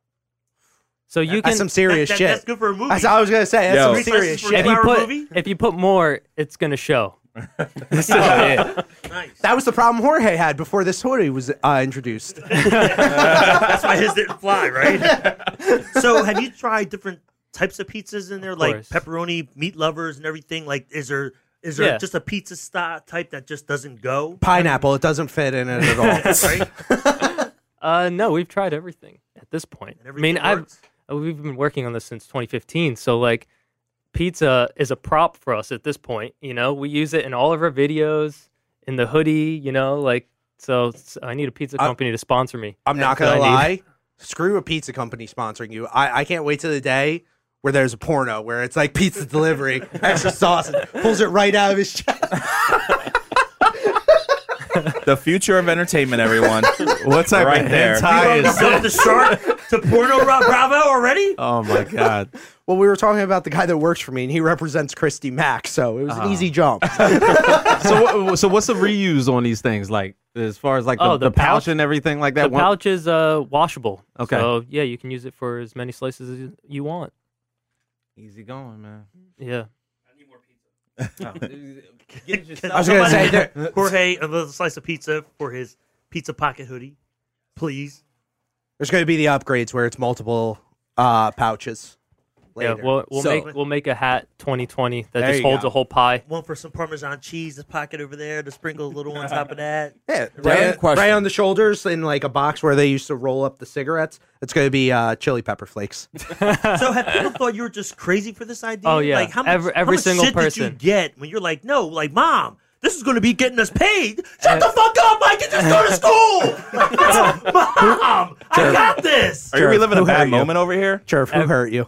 Speaker 7: So you
Speaker 4: that's
Speaker 7: can
Speaker 4: some serious
Speaker 1: that- that-
Speaker 4: shit.
Speaker 1: That's good for a movie.
Speaker 4: That's what I was gonna say. That's some
Speaker 3: Yo.
Speaker 1: Three slices
Speaker 4: serious
Speaker 1: for
Speaker 4: shit.
Speaker 7: if you
Speaker 1: two-hour
Speaker 7: put
Speaker 1: movie?
Speaker 7: if you put more, it's gonna show.
Speaker 1: nice.
Speaker 4: That was the problem Jorge had before this hoodie was uh, introduced.
Speaker 1: That's why his didn't fly, right? so, have you tried different types of pizzas in there, like
Speaker 7: course.
Speaker 1: pepperoni, meat lovers, and everything? Like, is there is there
Speaker 7: Yeah.
Speaker 1: just a pizza style type that just doesn't go?
Speaker 4: Pineapple. It doesn't fit in it at all.
Speaker 1: Right?
Speaker 7: Uh, no, we've tried everything at this point.
Speaker 1: And
Speaker 7: I mean,
Speaker 1: everything
Speaker 7: I've
Speaker 1: works.
Speaker 7: uh, we've been working on this since 2015. So like, pizza is a prop for us at this point. You know, we use it in all of our videos, in the hoodie. You know, like so. s- I need a pizza company to sponsor me.
Speaker 4: I'm not
Speaker 7: That's
Speaker 4: gonna
Speaker 7: what I
Speaker 4: lie. Screw a pizza company sponsoring you. I, I can't wait to the day where there's a porno where it's like pizza delivery, (laughs) extra sauce, and pulls it right out of his chest.
Speaker 3: the future of entertainment, everyone.
Speaker 2: What type
Speaker 3: Right
Speaker 2: of
Speaker 3: there.
Speaker 2: hentai is
Speaker 1: Jump the shark to Porno Rob Bravo already?
Speaker 2: Oh my god.
Speaker 4: Well, we were talking about the guy that works for me, and he represents Christy Mack, so it was an easy
Speaker 7: Uh-huh. (laughs)
Speaker 4: jump.
Speaker 2: so what, so what's the reuse on these things like as far as like the,
Speaker 7: Oh,
Speaker 2: the,
Speaker 7: the
Speaker 2: pouch,
Speaker 7: pouch-
Speaker 2: and everything like that?
Speaker 7: the
Speaker 2: One-
Speaker 7: pouch is uh washable.
Speaker 2: Okay.
Speaker 7: So yeah, you can use it for as many slices as you- you want.
Speaker 2: Easy going, man.
Speaker 7: Yeah.
Speaker 5: I need more pizza.
Speaker 4: I was gonna
Speaker 1: (laughs)
Speaker 4: say there,
Speaker 1: Jorge, another slice of pizza for his pizza pocket hoodie, please.
Speaker 4: (laughs) there's going to be the upgrades where it's multiple uh, pouches. Later.
Speaker 7: Yeah. We'll we'll
Speaker 6: So-
Speaker 7: make we'll make a hat 2020 that
Speaker 2: There
Speaker 7: just
Speaker 2: you
Speaker 7: holds
Speaker 2: go.
Speaker 7: a whole pie.
Speaker 1: One for some Parmesan cheese, the pocket over there, to sprinkle a little on top of that.
Speaker 4: yeah,
Speaker 6: Random
Speaker 4: right,
Speaker 6: question.
Speaker 4: right on the shoulders in like a box where they used to roll up the cigarettes. It's going to be uh, chili pepper
Speaker 7: (laughs)
Speaker 4: flakes.
Speaker 1: So have people thought you were just crazy for this idea?
Speaker 7: Oh, yeah.
Speaker 1: Like how much,
Speaker 7: Every-
Speaker 1: how
Speaker 7: every
Speaker 1: much
Speaker 7: single
Speaker 1: shit
Speaker 7: person.
Speaker 1: did you get when you're like, no, like mom, this is going to be getting us paid. Shut
Speaker 7: Uh,
Speaker 1: the fuck up, Mike. You just go to
Speaker 7: (laughs)
Speaker 1: school. mom, I got this.
Speaker 3: Are you reliving a bad
Speaker 4: you?
Speaker 3: moment over here?
Speaker 4: Jerv, who hurt you?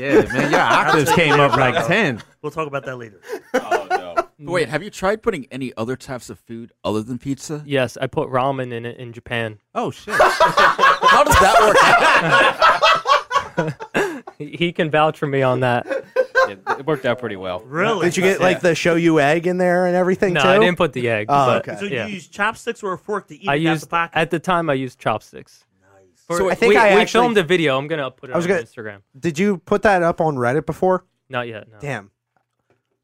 Speaker 2: Yeah, man. Your octaves came up like ten.
Speaker 1: We'll talk about that later.
Speaker 3: Oh no.
Speaker 6: But wait, have you tried putting any other types of food other than pizza?
Speaker 7: Yes, I put ramen in it in Japan.
Speaker 2: Oh shit.
Speaker 6: How does that work? out?
Speaker 7: He he can vouch for me
Speaker 4: (laughs)
Speaker 7: on that.
Speaker 8: It, it worked out pretty well.
Speaker 1: Really?
Speaker 4: Did you get like the show you egg in there and everything
Speaker 7: No,
Speaker 4: too?
Speaker 7: I didn't put the egg.
Speaker 4: Oh,
Speaker 7: but
Speaker 4: okay.
Speaker 1: so
Speaker 7: yeah.
Speaker 1: you use chopsticks or a fork to eat
Speaker 7: I
Speaker 1: it out
Speaker 7: used
Speaker 1: the pocket?
Speaker 7: at the time. I used chopsticks. For-
Speaker 4: So I think
Speaker 7: we,
Speaker 4: I
Speaker 7: we
Speaker 4: actually-
Speaker 7: filmed a video. I'm gonna put it
Speaker 4: I was
Speaker 7: on
Speaker 4: gonna-
Speaker 7: Instagram.
Speaker 4: Did you put that up on Reddit before?
Speaker 7: Not yet. No.
Speaker 4: Damn.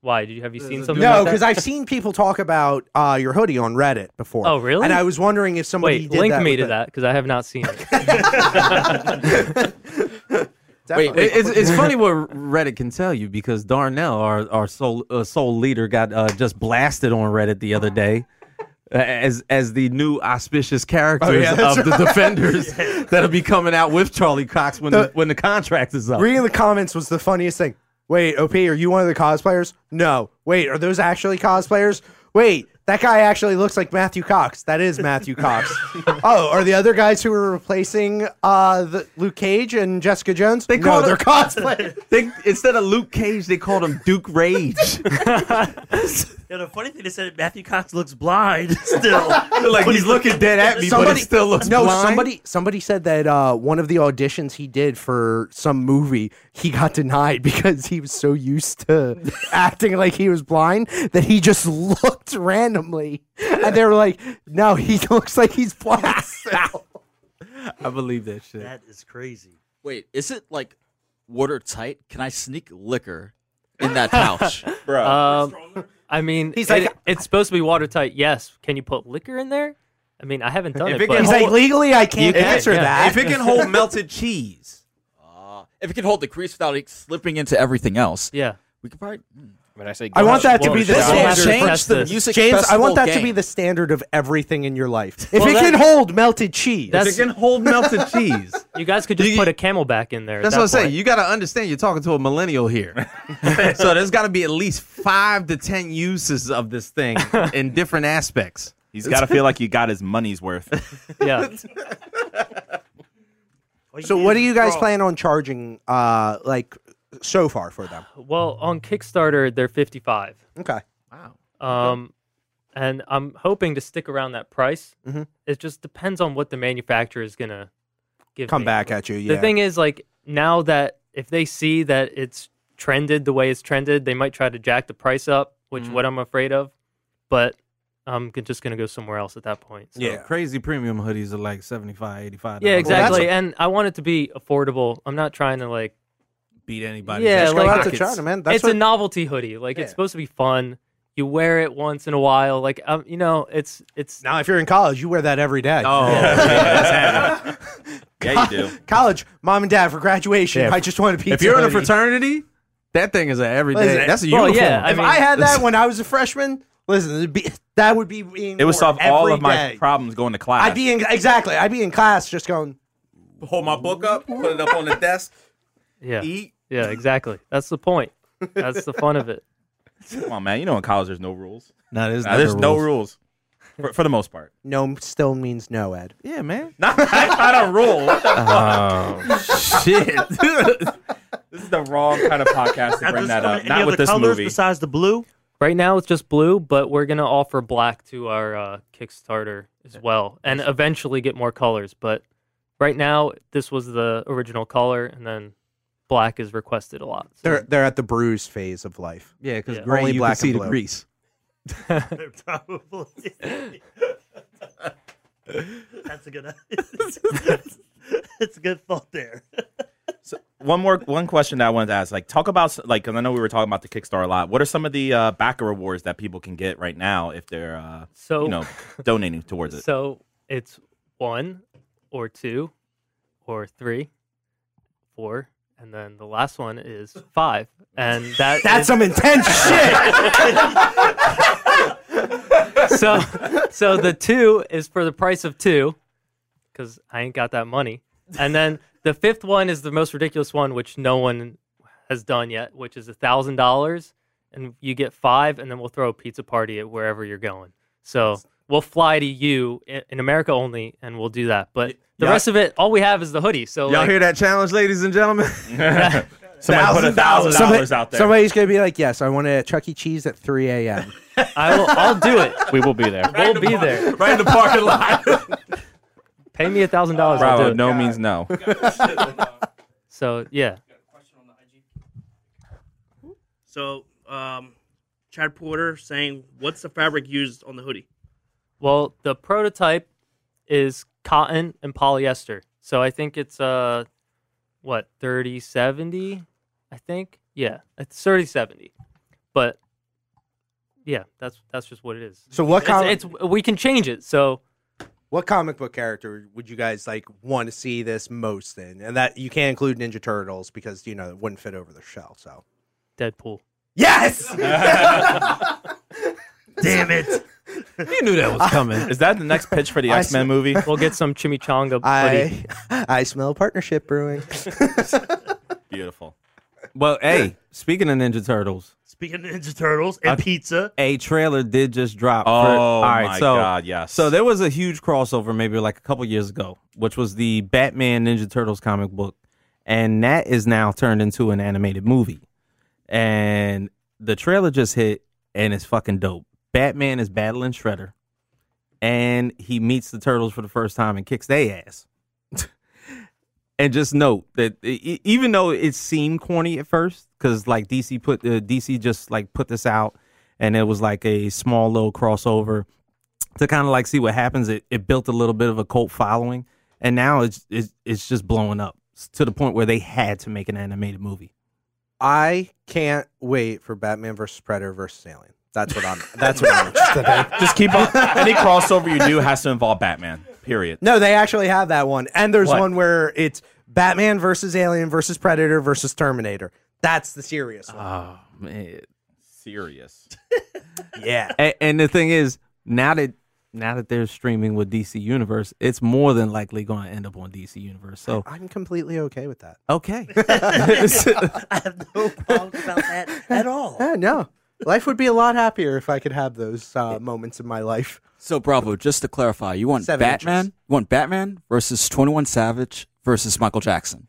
Speaker 7: Why? Did you have you seen something?
Speaker 4: No,
Speaker 7: like that?
Speaker 4: because I've seen people talk about uh, your hoodie on Reddit before.
Speaker 7: Oh, really?
Speaker 4: And I was wondering if somebody
Speaker 7: Wait,
Speaker 4: did
Speaker 7: link
Speaker 4: that
Speaker 7: me
Speaker 4: with
Speaker 7: to
Speaker 4: the-
Speaker 7: that because I have not seen
Speaker 4: (laughs)
Speaker 7: it.
Speaker 4: Definitely.
Speaker 2: It- it's, it's funny what Reddit can tell you because Darnell, our our soul uh, soul leader, got uh, just blasted on Reddit the other day. uh, As as the new auspicious characters
Speaker 4: yeah,
Speaker 2: of the (laughs) defenders that'll be coming out with Charlie Cox when the, when the contract is up.
Speaker 4: Reading the comments was the funniest thing. Wait, OP, are you one of the cosplayers? No. Wait, are those actually cosplayers? Wait, that guy actually looks like Matthew Cox. That is Matthew Cox. oh, are the other guys who are replacing uh, the, Luke Cage and Jessica Jones? They no,
Speaker 2: called
Speaker 4: they're
Speaker 2: it-
Speaker 4: cosplayers.
Speaker 2: They, instead of Luke Cage, they called him Duke Rage.
Speaker 1: And the funny thing is that Matthew Cox looks blind (laughs) still. like
Speaker 2: he's looking dead at me, but it still looks
Speaker 4: no,
Speaker 2: blind.
Speaker 4: somebody somebody said that uh, one of the auditions he did for some movie, he got denied (laughs) because he was so used
Speaker 2: (laughs)
Speaker 4: to acting like he was blind that he just looked randomly. And they were like, No, he (laughs) looks like
Speaker 2: (laughs)
Speaker 4: he's blind.
Speaker 2: I believe that shit.
Speaker 1: That is crazy.
Speaker 6: Wait, is it like watertight? Can I sneak liquor in
Speaker 4: (laughs)
Speaker 6: that pouch?
Speaker 3: bro.
Speaker 7: Um, I mean,
Speaker 4: He's
Speaker 7: it-
Speaker 4: like-
Speaker 7: it's supposed to be watertight. Yes. Can you put liquor in there? I mean, I haven't done
Speaker 3: If
Speaker 7: it,
Speaker 3: it
Speaker 7: but
Speaker 3: can
Speaker 4: he's like, legally I can't
Speaker 7: You can,
Speaker 4: answer
Speaker 7: yeah.
Speaker 4: that.
Speaker 2: if it can hold melted cheese,
Speaker 6: uh, if it can hold the crease without it slipping into everything else,
Speaker 7: (laughs) yeah.
Speaker 6: we could probably. hmm.
Speaker 8: When I say
Speaker 4: I want
Speaker 8: gosh,
Speaker 4: that to
Speaker 7: Well,
Speaker 4: be the
Speaker 7: we'll have to
Speaker 4: standard.
Speaker 7: test
Speaker 6: Change the
Speaker 7: this.
Speaker 4: (laughs)
Speaker 6: music
Speaker 4: James, I want
Speaker 6: festival
Speaker 4: that to
Speaker 6: game.
Speaker 4: be the standard of everything in your life. If
Speaker 7: Well,
Speaker 4: it
Speaker 7: that-
Speaker 4: can hold melted cheese,
Speaker 7: That's-
Speaker 2: if it can hold melted cheese.
Speaker 7: You guys could just
Speaker 2: You-
Speaker 7: put a camelback in there. at
Speaker 2: That's
Speaker 7: that
Speaker 2: what I'm saying.
Speaker 7: point.
Speaker 2: You got to understand you're talking to a millennial here. (laughs) so there's got to be at least five to 10 uses of this thing (laughs) in different aspects.
Speaker 3: He's got to feel like you got his money's worth.
Speaker 2: (laughs)
Speaker 7: yeah.
Speaker 1: All you
Speaker 4: So
Speaker 1: need
Speaker 4: what
Speaker 1: is
Speaker 4: do
Speaker 1: a
Speaker 4: you guys
Speaker 1: straw.
Speaker 4: plan on charging uh like so far for them?
Speaker 7: (laughs) Well, on Kickstarter, they're 55.
Speaker 4: Okay.
Speaker 7: Um, and I'm hoping to stick around that price.
Speaker 4: Mhm.
Speaker 7: It just depends on what the manufacturer is gonna give.
Speaker 4: Come
Speaker 7: me.
Speaker 4: back at you. Yeah.
Speaker 7: The thing is, like now that if they see that it's trended the way it's trended, they might try to jack the price up, which
Speaker 4: Mm-hmm.
Speaker 7: what I'm afraid of. But I'm g- just gonna go somewhere else at that point. so-
Speaker 4: Yeah.
Speaker 2: Crazy premium hoodies are like 75 85
Speaker 7: Yeah,
Speaker 2: dollars.
Speaker 4: that's
Speaker 7: exactly.
Speaker 4: a-
Speaker 7: and I want it to be affordable. I'm not trying to like.
Speaker 2: Beat anybody.
Speaker 7: Yeah,
Speaker 4: Just go
Speaker 7: like-
Speaker 4: out to
Speaker 2: Pockets.
Speaker 4: China, man. That's
Speaker 7: it's
Speaker 4: what,
Speaker 7: a novelty hoodie. Like
Speaker 4: Yeah.
Speaker 7: it's supposed to be fun. You wear it once in a while. Like um, you know, it's it's
Speaker 4: now if you're in college, you wear that every day. (laughs)
Speaker 2: Oh,
Speaker 3: yeah, you do.
Speaker 4: College, mom and dad for graduation. I just want a pizza.
Speaker 2: if you're in a
Speaker 4: hoodie.
Speaker 2: fraternity, that thing is an everyday.
Speaker 4: Listen,
Speaker 2: that's a
Speaker 7: well,
Speaker 2: uniform.
Speaker 7: yeah, I
Speaker 4: if
Speaker 7: mean-
Speaker 4: I had that when I was a freshman, listen, it'd be, that would be being
Speaker 3: It
Speaker 4: worn
Speaker 3: would solve all
Speaker 4: every
Speaker 3: of my
Speaker 4: day.
Speaker 3: problems going to class.
Speaker 4: I'd be in exactly. I'd be in class just going.
Speaker 2: hold my book up, put it up on the desk,
Speaker 7: yeah
Speaker 2: eat.
Speaker 7: yeah exactly. That's the point. That's the fun of it.
Speaker 3: Come on, man. You know in college there's no rules.
Speaker 2: No, there's,
Speaker 3: Nah, there's no rules for, for the most part.
Speaker 4: No, still means no, Ed.
Speaker 2: Yeah, man.
Speaker 3: Not, that's not a rule. What the fuck?
Speaker 2: Oh, Shit.
Speaker 3: (laughs) This is the wrong kind of podcast to
Speaker 1: Now,
Speaker 3: bring
Speaker 1: does it
Speaker 3: that
Speaker 1: come in
Speaker 3: up.
Speaker 1: any
Speaker 3: Not
Speaker 1: other
Speaker 3: with this
Speaker 1: colors
Speaker 3: movie.
Speaker 1: besides the blue.
Speaker 7: Right now it's just blue, but we're gonna offer black to our uh, Kickstarter as well, and eventually get more colors. But right now this was the original color, and then black is requested a lot. so-
Speaker 4: They're they're at the bruise phase of life.
Speaker 2: yeah, because
Speaker 7: Yeah.
Speaker 4: Only
Speaker 2: gray, you
Speaker 4: black
Speaker 2: can see
Speaker 4: and
Speaker 2: the
Speaker 4: blue.
Speaker 2: grease.
Speaker 1: Probably. (laughs) That's a good. (laughs) That's a good thought there. (laughs)
Speaker 3: one more, one question that I wanted to ask. Like, talk about s- like, because I know we were talking about the Kickstarter a lot. What are some of the uh, backer rewards that people can get right now if they're, uh,
Speaker 7: so
Speaker 3: you know, donating towards it?
Speaker 7: So it's one or two or three, four, and then the last one is five. And that
Speaker 4: (laughs) That's some intense shit.
Speaker 7: is- so so the two is for the price of two, because I ain't got that money. And then the fifth one is the most ridiculous one, which no one has done yet, which is a thousand dollars, and you get five, and then we'll throw a pizza party at wherever you're going. So we'll fly to you i- in America only, and we'll do that. But the
Speaker 2: y'all-
Speaker 7: rest of it, all we have is the hoodie. So
Speaker 2: Y'all
Speaker 7: like,
Speaker 2: hear that challenge, ladies and gentlemen?
Speaker 3: Somebody put a thousand dollars
Speaker 4: Somebody-
Speaker 3: out there.
Speaker 4: Somebody's gonna be like, "Yes, I want a Chuck E. Cheese at 3 a.m."
Speaker 7: I will. I'll
Speaker 2: (laughs)
Speaker 7: do it.
Speaker 8: we will be there.
Speaker 7: We'll be there.
Speaker 2: right in the parking
Speaker 3: (laughs)
Speaker 2: lot.
Speaker 7: Pay me a thousand dollars. I'll do
Speaker 3: Bravo.
Speaker 7: it.
Speaker 3: No means no.
Speaker 7: So yeah,
Speaker 5: Question So, um, Chad Porter saying, "What's the fabric used on the hoodie?"
Speaker 7: Well, the prototype is cotton and polyester. So I think it's uh what, 30 70, I think. Yeah, it's 30 70. But yeah, that's that's just what it is.
Speaker 4: So what
Speaker 7: It's,
Speaker 4: comic
Speaker 7: it's we can change it. So
Speaker 4: what comic book character would you guys like want to see this most in? And that you can't include Ninja Turtles because you know it wouldn't fit over the shell. So
Speaker 7: Deadpool.
Speaker 4: yes,
Speaker 1: Damn it.
Speaker 2: You knew that was coming.
Speaker 3: Is that the next pitch for the
Speaker 4: I
Speaker 3: X Men
Speaker 4: see.
Speaker 3: movie?
Speaker 7: We'll get some chimichanga hoodie.
Speaker 4: I (laughs) I smell partnership brewing.
Speaker 3: Beautiful.
Speaker 2: well, hey, speaking of Ninja Turtles,
Speaker 1: Speaking of Ninja Turtles and pizza,
Speaker 2: a trailer did just drop. for-
Speaker 3: Oh
Speaker 2: all right,
Speaker 3: my
Speaker 2: so
Speaker 3: god, yes.
Speaker 2: So there was a huge crossover maybe like a couple years ago, which was the Batman Ninja Turtles comic book. And that is now turned into an animated movie. And the trailer just hit and it's fucking dope. Batman is battling Shredder and he meets the turtles for the first time and kicks their ass. and just note that e- e- even though it seemed corny at first, because like DC put uh, DC just like put this out, and it was like a small little crossover to kind of like see what happens. It, it built a little bit of a cult following, and now it's it's, it's just blowing up s- to the point where they had to make an animated movie.
Speaker 4: I can't wait for Batman versus Predator versus Alien. That's what I'm. That's what I'm interested in.
Speaker 3: just keep on. Any crossover you do has to involve Batman. Period.
Speaker 4: No, they actually have that one. And there's
Speaker 3: What?
Speaker 4: one where it's Batman versus Alien versus Predator versus Terminator. That's the serious
Speaker 3: Ah.
Speaker 4: one.
Speaker 2: Oh man!
Speaker 3: Serious.
Speaker 4: yeah.
Speaker 2: And, and the thing is, now that now that they're streaming with DC Universe, it's more than likely going to end up on DC Universe. So
Speaker 4: I'm completely okay with that.
Speaker 2: okay,
Speaker 1: I have no qualms about that at all.
Speaker 4: Uh, no. Life would be a lot happier if I could have those uh, moments in my life.
Speaker 6: So Bravo, just to clarify, you want
Speaker 4: Seven
Speaker 6: Batman?
Speaker 4: inches.
Speaker 6: You want Batman versus Twenty One Savage versus Michael Jackson?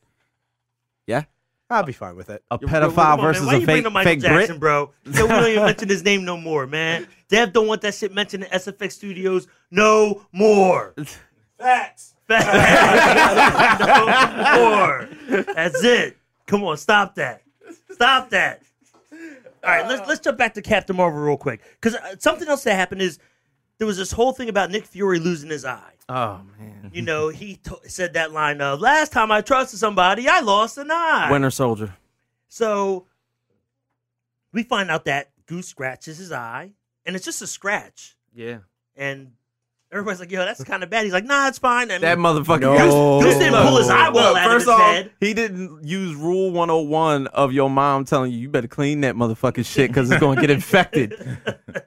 Speaker 6: Yeah.
Speaker 4: I'll be fine with it.
Speaker 2: a
Speaker 1: Come
Speaker 2: pedophile
Speaker 1: on,
Speaker 2: versus
Speaker 1: man. Why
Speaker 2: a
Speaker 1: you bringing
Speaker 2: fake
Speaker 1: up Michael
Speaker 2: fake
Speaker 1: Jackson,
Speaker 2: Brit.
Speaker 1: bro? Yo, we don't even mention his name no more, man. Dev don't want that shit mentioned in SFX Studios no (laughs) more.
Speaker 3: Facts.
Speaker 1: Facts. no more. That's it. Come on, stop that. Stop that. All right, let's let's jump back to Captain Marvel real quick because something else that happened is there was this whole thing about Nick Fury losing his eye.
Speaker 2: Oh man,
Speaker 1: You know, he t- said that line of "Last time I trusted somebody, I lost an eye."
Speaker 2: Winter Soldier.
Speaker 1: So we find out that Goose scratches his eye, and it's just a scratch.
Speaker 2: Yeah,
Speaker 1: And everybody's like, "Yo, that's kind of bad." He's like, "Nah, it's fine." And
Speaker 2: that motherfucker.
Speaker 4: No.
Speaker 1: Goose didn't pull his eyeball
Speaker 2: Oh, Look,
Speaker 1: out of
Speaker 2: first
Speaker 1: his
Speaker 2: off,
Speaker 1: head.
Speaker 2: he didn't use Rule 101 of your mom telling you you better clean that motherfucking shit because it's going to get
Speaker 1: (laughs)
Speaker 2: infected.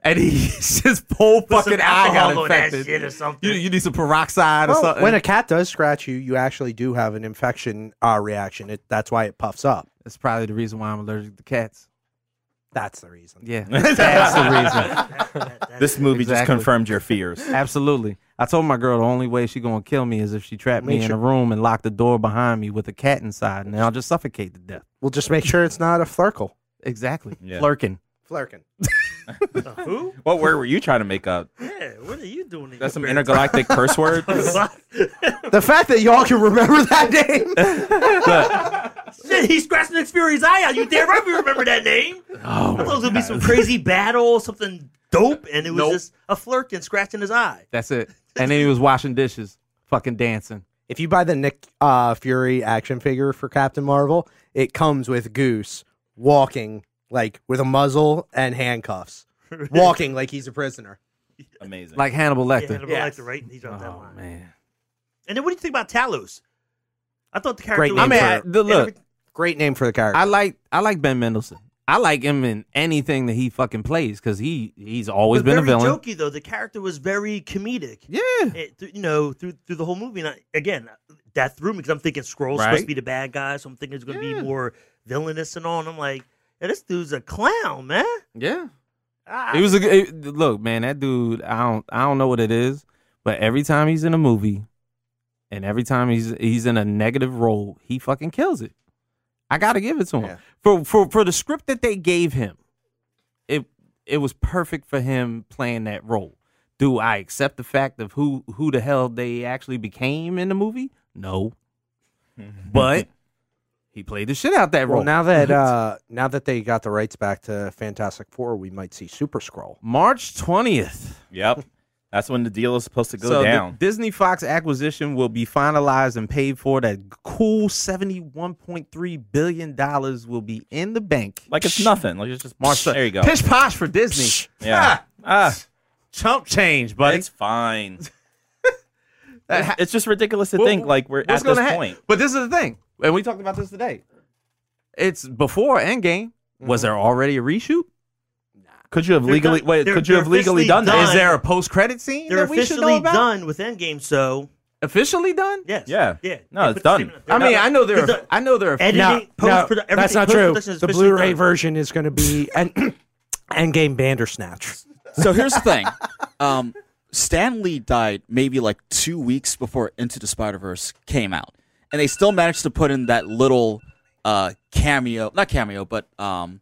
Speaker 2: and he (laughs) his whole
Speaker 1: Put
Speaker 2: fucking
Speaker 1: some
Speaker 2: eye got
Speaker 1: alcohol on that shit or
Speaker 2: infected.
Speaker 1: something.
Speaker 2: You, you need some peroxide or
Speaker 4: Well,
Speaker 2: something.
Speaker 4: when a cat does scratch you, you actually do have an infection uh, reaction. It, that's why it puffs up.
Speaker 2: That's probably the reason why I'm allergic to cats.
Speaker 4: That's the reason.
Speaker 2: Yeah, (laughs) that's the reason.
Speaker 3: This movie just
Speaker 2: Exactly.
Speaker 3: confirmed your fears.
Speaker 2: Absolutely. I told my girl the only way she gonna kill me is if she trapped me
Speaker 4: Make
Speaker 2: in
Speaker 4: sure-
Speaker 2: a room and locked the door behind me with a cat inside, and then I'll just suffocate to death.
Speaker 4: We'll just make sure it's not a flurkle.
Speaker 2: Exactly.
Speaker 3: Yeah.
Speaker 2: Flirking.
Speaker 4: Flurkin.
Speaker 1: Who?
Speaker 3: What word were you trying to make up?
Speaker 1: Yeah, what are you doing? in
Speaker 3: That's some
Speaker 1: your
Speaker 3: intergalactic curse
Speaker 2: (laughs)
Speaker 3: word.
Speaker 4: The fact that y'all can remember (laughs) that name. (laughs)
Speaker 1: Shit, he scratched Nick Fury's eye out. You damn right we remember
Speaker 2: (laughs)
Speaker 1: that name.
Speaker 2: Oh
Speaker 1: I thought it was gonna be some crazy battle, something dope, and it was just a flirkin scratching his eye.
Speaker 2: That's it. And then he was washing dishes, fucking dancing.
Speaker 4: If you buy the Nick uh, Fury action figure for Captain Marvel, it comes with Goose walking like with a muzzle and handcuffs, walking like he's a prisoner.
Speaker 3: Amazing.
Speaker 2: Like Hannibal
Speaker 1: Yeah,
Speaker 2: Lecter.
Speaker 1: Hannibal
Speaker 4: Yes.
Speaker 1: Lecter, right? He dropped that
Speaker 2: Oh
Speaker 1: line.
Speaker 2: man.
Speaker 1: And then what do you think about Talos? I thought the character.
Speaker 4: Great
Speaker 1: was
Speaker 2: I mean, I,
Speaker 4: for-
Speaker 2: the, look,
Speaker 4: Great name for the character.
Speaker 2: I like I like Ben Mendelsohn. I like him in anything that he fucking plays because he he's always
Speaker 1: but
Speaker 2: been a
Speaker 1: very
Speaker 2: villain.
Speaker 1: jokey though. The character was very comedic.
Speaker 2: Yeah.
Speaker 1: It- th- you know, through through the whole movie. And I, again, that threw me because I'm thinking Scroll's supposed
Speaker 2: Right.
Speaker 1: to be the bad guy, so I'm thinking it's going to be more villainous and all. And I'm like, yeah, this dude's a clown, man.
Speaker 2: Yeah.
Speaker 1: Ah,
Speaker 2: It was a good it- look, man. That dude, I don't, I don't know what it is, but every time he's in a movie, and every time he's he's in a negative role, he fucking kills it. I gotta give it to him
Speaker 4: Yeah.
Speaker 2: for for for the script that they gave him. It it was perfect for him playing that role. Do I accept the fact of who who the hell they actually became in the movie? No, but He played the shit out that
Speaker 4: Well,
Speaker 2: role.
Speaker 4: now (laughs) that uh, now that they got the rights back to Fantastic Four, we might see Super Scroll.
Speaker 2: March 20th.
Speaker 3: Yep. That's when the deal is supposed to go
Speaker 2: the
Speaker 3: down.
Speaker 2: Disney Fox acquisition will be finalized and paid for. That cool $71.3 billion will be in the bank.
Speaker 3: like it's nothing. Like it's just March. There you go.
Speaker 2: Pish posh for Disney.
Speaker 3: Yeah. Ah,
Speaker 2: Chump change, buddy. (laughs)
Speaker 3: it's fine.
Speaker 2: That ha-
Speaker 3: It's just ridiculous to
Speaker 2: Well,
Speaker 3: think like we're
Speaker 2: what's
Speaker 3: at this
Speaker 2: gonna hap-
Speaker 3: point.
Speaker 2: But this is the thing, and we talked about this today. It's before Endgame.
Speaker 4: Mm-hmm.
Speaker 2: Was there already a reshoot?
Speaker 3: Could you have
Speaker 1: They're
Speaker 3: legally
Speaker 1: done-
Speaker 3: wait?
Speaker 1: they're-
Speaker 3: Could you
Speaker 1: they're
Speaker 3: have legally
Speaker 1: officially
Speaker 3: done that?
Speaker 1: done.
Speaker 2: Is there a post credit scene
Speaker 1: They're
Speaker 2: that we should know
Speaker 1: officially
Speaker 2: about?
Speaker 1: done with Endgame, so
Speaker 2: Officially done?
Speaker 1: yes.
Speaker 3: Yeah.
Speaker 1: Yeah.
Speaker 3: No,
Speaker 1: They put
Speaker 3: it's
Speaker 1: the
Speaker 3: done.
Speaker 1: statement up. They're
Speaker 2: I mean,
Speaker 1: done.
Speaker 2: I know there.
Speaker 1: Because
Speaker 2: Are,
Speaker 1: the
Speaker 2: I know there. Are,
Speaker 1: editing,
Speaker 4: No,
Speaker 1: post
Speaker 4: no, that's not true.
Speaker 1: post-production is
Speaker 4: The
Speaker 1: officially
Speaker 4: Blu-ray
Speaker 1: done.
Speaker 4: version is going
Speaker 1: (laughs)
Speaker 4: to be and Endgame Bandersnatch.
Speaker 6: So here's the thing. Um, Stan Lee died maybe like two weeks before Into the Spider Verse came out, and they still managed to put in that little uh, cameo—not cameo, but um,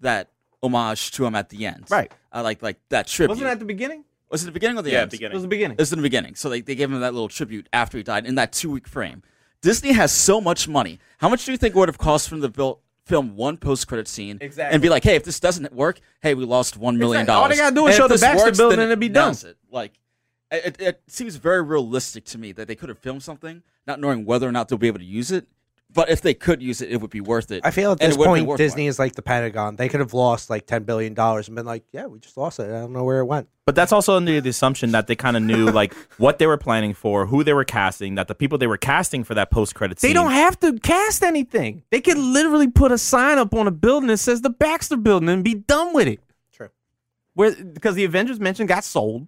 Speaker 6: that homage to him at the end.
Speaker 2: Right.
Speaker 6: I like like that tribute.
Speaker 2: wasn't that the beginning?
Speaker 6: was it the beginning of the
Speaker 3: Yeah,
Speaker 6: end?
Speaker 2: It was
Speaker 3: beginning.
Speaker 2: the beginning.
Speaker 6: It was in the beginning. So they, they gave him that little tribute after he died in that two week frame. Disney has so much money. How much do you think it would have cost from the vil- film one post credit scene?
Speaker 2: Exactly.
Speaker 6: And be like, hey, if this doesn't work, hey, we lost one million
Speaker 2: Exactly. All
Speaker 6: dollars.
Speaker 2: they gotta do is
Speaker 6: And
Speaker 2: show
Speaker 6: if
Speaker 2: the
Speaker 6: this
Speaker 2: Baxter
Speaker 6: works,
Speaker 2: Building
Speaker 6: then
Speaker 2: and it'd be done.
Speaker 6: announce It. Like, it, it, it seems very realistic to me that they could have filmed something, not knowing whether or not they'll be able to use it. But if they could use it, it would be worth it.
Speaker 4: I feel at
Speaker 6: And
Speaker 4: this
Speaker 6: it would have been
Speaker 4: point,
Speaker 6: worthwhile.
Speaker 4: Disney is like the Pentagon. They could have lost like ten billion dollars and been like, "Yeah, we just lost it. I don't know where it went."
Speaker 3: But that's also under the assumption that they kind of knew like what they were planning for, who they were casting, that the people they were casting for that post credit scene.
Speaker 2: They don't have to cast anything. They could literally put a sign up on a building that says the Baxter Building and be done with it.
Speaker 4: True.
Speaker 2: Where because the Avengers Mansion got sold.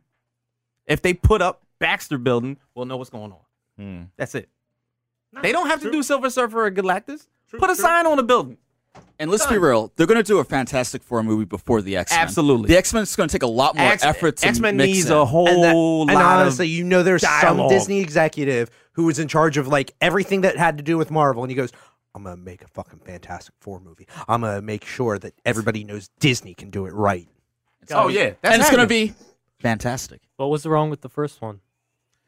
Speaker 2: If they put up Baxter Building, we'll know what's going on.
Speaker 3: Hmm.
Speaker 2: That's it. they don't have to do Silver Surfer or Galactus. put a
Speaker 1: true.
Speaker 2: sign on a building.
Speaker 6: And let's be real, they're going to do a Fantastic Four movie before the X Men.
Speaker 2: Absolutely.
Speaker 6: the X Men is going to take a lot more
Speaker 2: X-
Speaker 6: effort. to
Speaker 2: X-Men
Speaker 6: mix
Speaker 2: needs
Speaker 6: in.
Speaker 2: a whole
Speaker 4: and, that-
Speaker 2: lot
Speaker 4: and honestly,
Speaker 2: of
Speaker 4: you know, there's
Speaker 2: dialogue.
Speaker 4: some Disney executive who was in charge of like everything that had to do with Marvel, and he goes, "I'm gonna make a fucking Fantastic Four movie. I'm gonna make sure that everybody knows Disney can do it right."
Speaker 2: Oh yeah, that's
Speaker 6: and it's going to
Speaker 2: happening.
Speaker 6: be fantastic.
Speaker 7: What was wrong with the first one?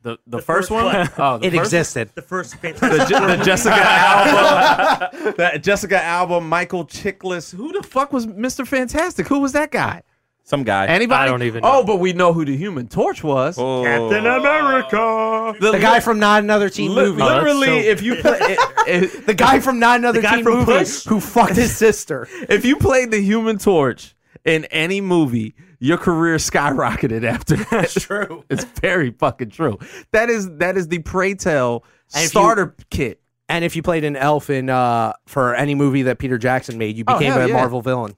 Speaker 2: the, the,
Speaker 1: first
Speaker 2: first one.
Speaker 1: one.
Speaker 2: (laughs) oh, the
Speaker 4: It
Speaker 2: first-
Speaker 4: existed.
Speaker 2: (laughs)
Speaker 1: The first
Speaker 2: the,
Speaker 1: Fantastic
Speaker 2: Ju-
Speaker 4: (laughs)
Speaker 2: the Jessica Alba, that Jessica Alba, Michael Chiklis. Who the fuck was Mister Fantastic? Who was that guy?
Speaker 3: Some guy.
Speaker 2: Anybody?
Speaker 7: I don't even
Speaker 2: Oh,
Speaker 7: know.
Speaker 2: but we know who the Human Torch was.
Speaker 3: Oh.
Speaker 1: Captain America.
Speaker 4: The guy from Not Another Teen
Speaker 2: li-
Speaker 4: Movie.
Speaker 2: literally,
Speaker 7: Oh, that's so-
Speaker 2: if
Speaker 7: (laughs)
Speaker 2: you play, i- i-
Speaker 4: the guy from Not Another
Speaker 1: guy
Speaker 4: Teen
Speaker 1: from
Speaker 4: Movie
Speaker 1: Push?
Speaker 4: who fucked his sister.
Speaker 2: if you played the Human Torch in any movie, your career skyrocketed
Speaker 4: (laughs)
Speaker 2: after that.
Speaker 4: True.
Speaker 2: (laughs) It's very fucking true. That is that is the pray tell
Speaker 4: And if you-
Speaker 2: starter kit.
Speaker 4: And if you played an elf in uh, for any movie that Peter Jackson made, you
Speaker 2: Oh,
Speaker 4: became
Speaker 2: hell
Speaker 4: a
Speaker 2: yeah. Oh,
Speaker 4: Marvel villain.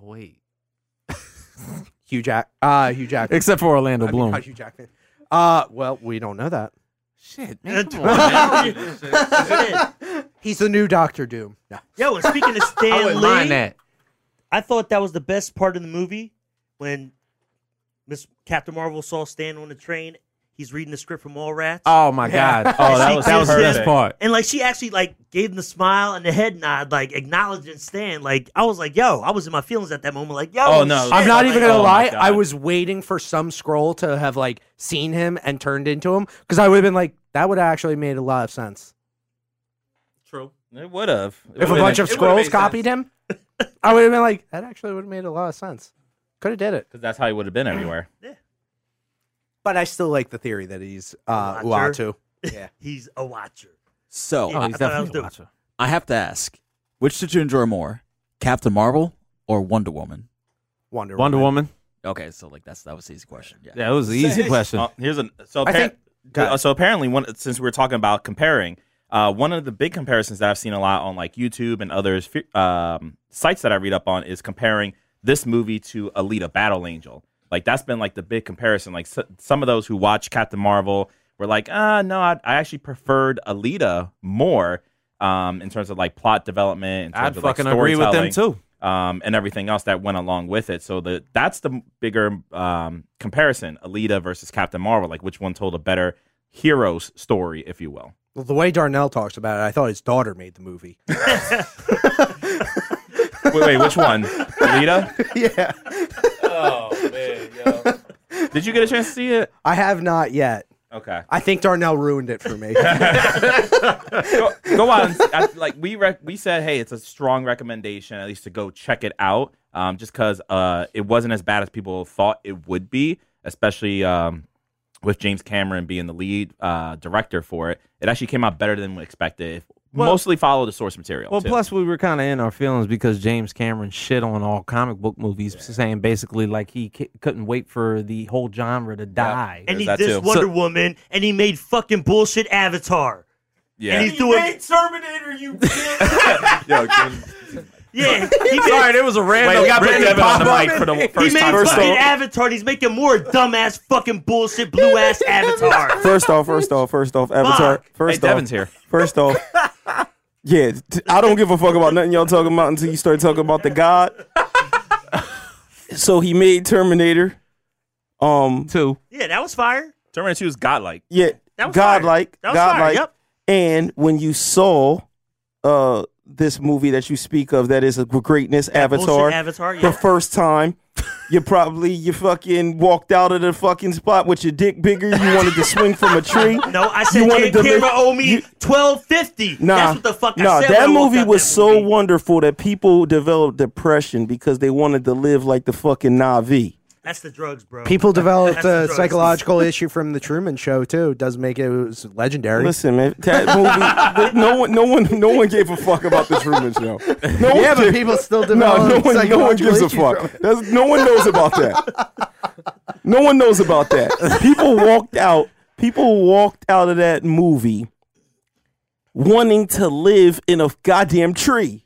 Speaker 2: Wait,
Speaker 4: (laughs) Hugh Jack. Uh, Hugh Jackman.
Speaker 2: except for Orlando
Speaker 4: I mean,
Speaker 2: Bloom.
Speaker 4: not Hugh Jackman. Uh, well, we don't know that.
Speaker 2: Shit, man, come on. (laughs)
Speaker 1: Yo,
Speaker 4: He's the new Doctor Doom. No.
Speaker 1: and speaking of
Speaker 2: I
Speaker 1: Stan
Speaker 2: wouldn't mind
Speaker 1: Lee,
Speaker 2: that.
Speaker 1: I thought that was the best part of the movie when Miss Captain Marvel saw Stan on the train. He's reading the script from All Rats.
Speaker 2: Oh my god! Oh, that
Speaker 1: She
Speaker 2: was that was the
Speaker 1: kissed
Speaker 2: best
Speaker 1: him,
Speaker 2: part.
Speaker 1: And like she actually like gave him the smile and the head nod, like acknowledging Stan. Like I was like, yo, I was in my feelings at that moment. Like yo,
Speaker 3: Oh, no.
Speaker 1: shit.
Speaker 4: I'm not
Speaker 1: Like,
Speaker 4: even gonna
Speaker 3: oh my
Speaker 4: lie.
Speaker 3: God.
Speaker 4: I was waiting for some scroll to have like seen him and turned into him because I would have been like, that would have actually made a lot of sense
Speaker 2: True.
Speaker 3: It would have.
Speaker 4: if a bunch of scrolls
Speaker 2: (laughs)
Speaker 4: copied him. I would have been like, that actually would have made a lot of sense. Could have did it,
Speaker 3: Because that's how he would have been everywhere.
Speaker 4: but I still like the theory that he's uh,
Speaker 1: Watcher.
Speaker 4: Uatu. Yeah.
Speaker 1: He's a watcher.
Speaker 6: So
Speaker 1: Yeah.
Speaker 2: Oh,
Speaker 1: I
Speaker 2: he's
Speaker 1: thought I
Speaker 2: definitely
Speaker 1: was
Speaker 2: a
Speaker 1: doing-
Speaker 2: watcher.
Speaker 6: I have to ask, which did you enjoy more, Captain Marvel or Wonder Woman?
Speaker 4: Wonder
Speaker 2: Wonder Woman.
Speaker 6: Okay, so like that's that was the easy question. Yeah.
Speaker 2: That was an easy question.
Speaker 3: Uh, here's an so
Speaker 4: I
Speaker 3: appar-
Speaker 4: think- Go ahead.
Speaker 3: uh, so apparently one since we were talking about comparing, uh, one of the big comparisons that I've seen a lot on like YouTube and others fe- um, sites that I read up on is comparing this movie to Alita: Battle Angel. Like that's been like the big comparison. Like s some of those who watch Captain Marvel were like, ah, no, I, I actually preferred Alita more um, in terms of like plot development. In terms
Speaker 2: I'd
Speaker 3: of, like,
Speaker 2: fucking agree with them
Speaker 3: storytelling
Speaker 2: too.
Speaker 3: um, and everything else that went along with it. So the that's the bigger um, comparison: Alita versus Captain Marvel. Like which one told a better hero's story, if you will.
Speaker 4: Well, the way Darnell talks about it, I thought his daughter made the movie.
Speaker 2: (laughs)
Speaker 4: (laughs)
Speaker 3: Wait, wait, which one? Alita?
Speaker 4: yeah,
Speaker 8: Oh man, yo.
Speaker 3: Did you get a chance to see it?
Speaker 4: I have not yet.
Speaker 3: Okay.
Speaker 4: I think Darnell ruined it
Speaker 2: (laughs)
Speaker 4: for me.
Speaker 3: go, go out and I, like we rec- we said hey it's a strong recommendation at least to go check it out um, just because uh, it wasn't as bad as people thought it would be especially um, with james cameron being the lead uh, director for it it actually came out better than we expected
Speaker 2: Well-
Speaker 3: mostly followed the source material
Speaker 2: Well,
Speaker 3: too.
Speaker 2: plus we were kind of in our feelings because James Cameron shit on all comic book movies, saying basically like he c- couldn't wait for the whole genre to die.
Speaker 1: and he
Speaker 3: that
Speaker 1: dissed
Speaker 3: too.
Speaker 1: Wonder
Speaker 2: So-
Speaker 1: Woman, and he made fucking bullshit Avatar.
Speaker 3: yeah
Speaker 1: And he threw it.
Speaker 5: Terminator, you bitch!
Speaker 3: Yo, (laughs) Kevin-
Speaker 1: Yeah, he made,
Speaker 2: it was a random.
Speaker 3: wait we got
Speaker 2: random
Speaker 3: Kevin on the
Speaker 2: pop-up.
Speaker 3: mic for the
Speaker 1: he
Speaker 3: first
Speaker 1: made
Speaker 3: time
Speaker 1: fucking Avatar. and He's making more dumbass fucking bullshit blue ass Avatar.
Speaker 9: First off, first off, first off, Avatar.
Speaker 3: hey
Speaker 9: First off,
Speaker 3: devin's here
Speaker 9: First off, yeah, t- I don't give a fuck about nothing y'all talking about until you start talking about the God. so he made Terminator. Um,
Speaker 2: Two.
Speaker 1: Yeah, that was fire.
Speaker 3: terminator 2 is godlike
Speaker 9: yeah,
Speaker 1: That was fire.
Speaker 9: godlike,
Speaker 1: That was fire.
Speaker 9: godlike.
Speaker 1: Yep.
Speaker 9: And when you saw uh this movie that you speak of, that is a gr- greatness, Avatar,
Speaker 1: Bullshit Avatar.
Speaker 9: the
Speaker 1: Yeah.
Speaker 9: first
Speaker 1: (laughs)
Speaker 9: time. You probably you fucking walked out of the fucking spot with your dick bigger. You wanted to swing from a
Speaker 1: (laughs)
Speaker 9: tree.
Speaker 1: No, I said
Speaker 9: You wanted
Speaker 1: James
Speaker 9: to
Speaker 1: Cameron
Speaker 9: make-
Speaker 1: owe me
Speaker 9: you-
Speaker 1: twelve fifty.
Speaker 9: Nah,
Speaker 1: That's what the fuck I
Speaker 9: nah,
Speaker 1: said.
Speaker 9: that
Speaker 1: when I walked
Speaker 9: movie
Speaker 1: out
Speaker 9: was
Speaker 1: that
Speaker 9: so
Speaker 1: movie.
Speaker 9: wonderful that people developed depression because they wanted to live like the fucking Navi.
Speaker 1: That's the drugs, bro.
Speaker 4: People developed
Speaker 1: That's the
Speaker 4: a
Speaker 1: drugs.
Speaker 4: psychological issue from the Truman Show too. It does make it, it was legendary.
Speaker 9: Listen, man, that movie. no one, no one, no one gave a fuck about the Truman Show. No
Speaker 4: yeah,
Speaker 9: one
Speaker 4: but
Speaker 9: gave-
Speaker 4: people still
Speaker 9: No,
Speaker 4: develop
Speaker 9: no one, no one
Speaker 4: psychological
Speaker 9: gives a
Speaker 4: issues from
Speaker 9: fuck.
Speaker 4: it.
Speaker 9: That's, no one knows about that.
Speaker 4: (laughs)
Speaker 9: No one knows about that. People walked out. People walked out of that movie wanting to live in a goddamn
Speaker 4: (laughs)
Speaker 9: tree.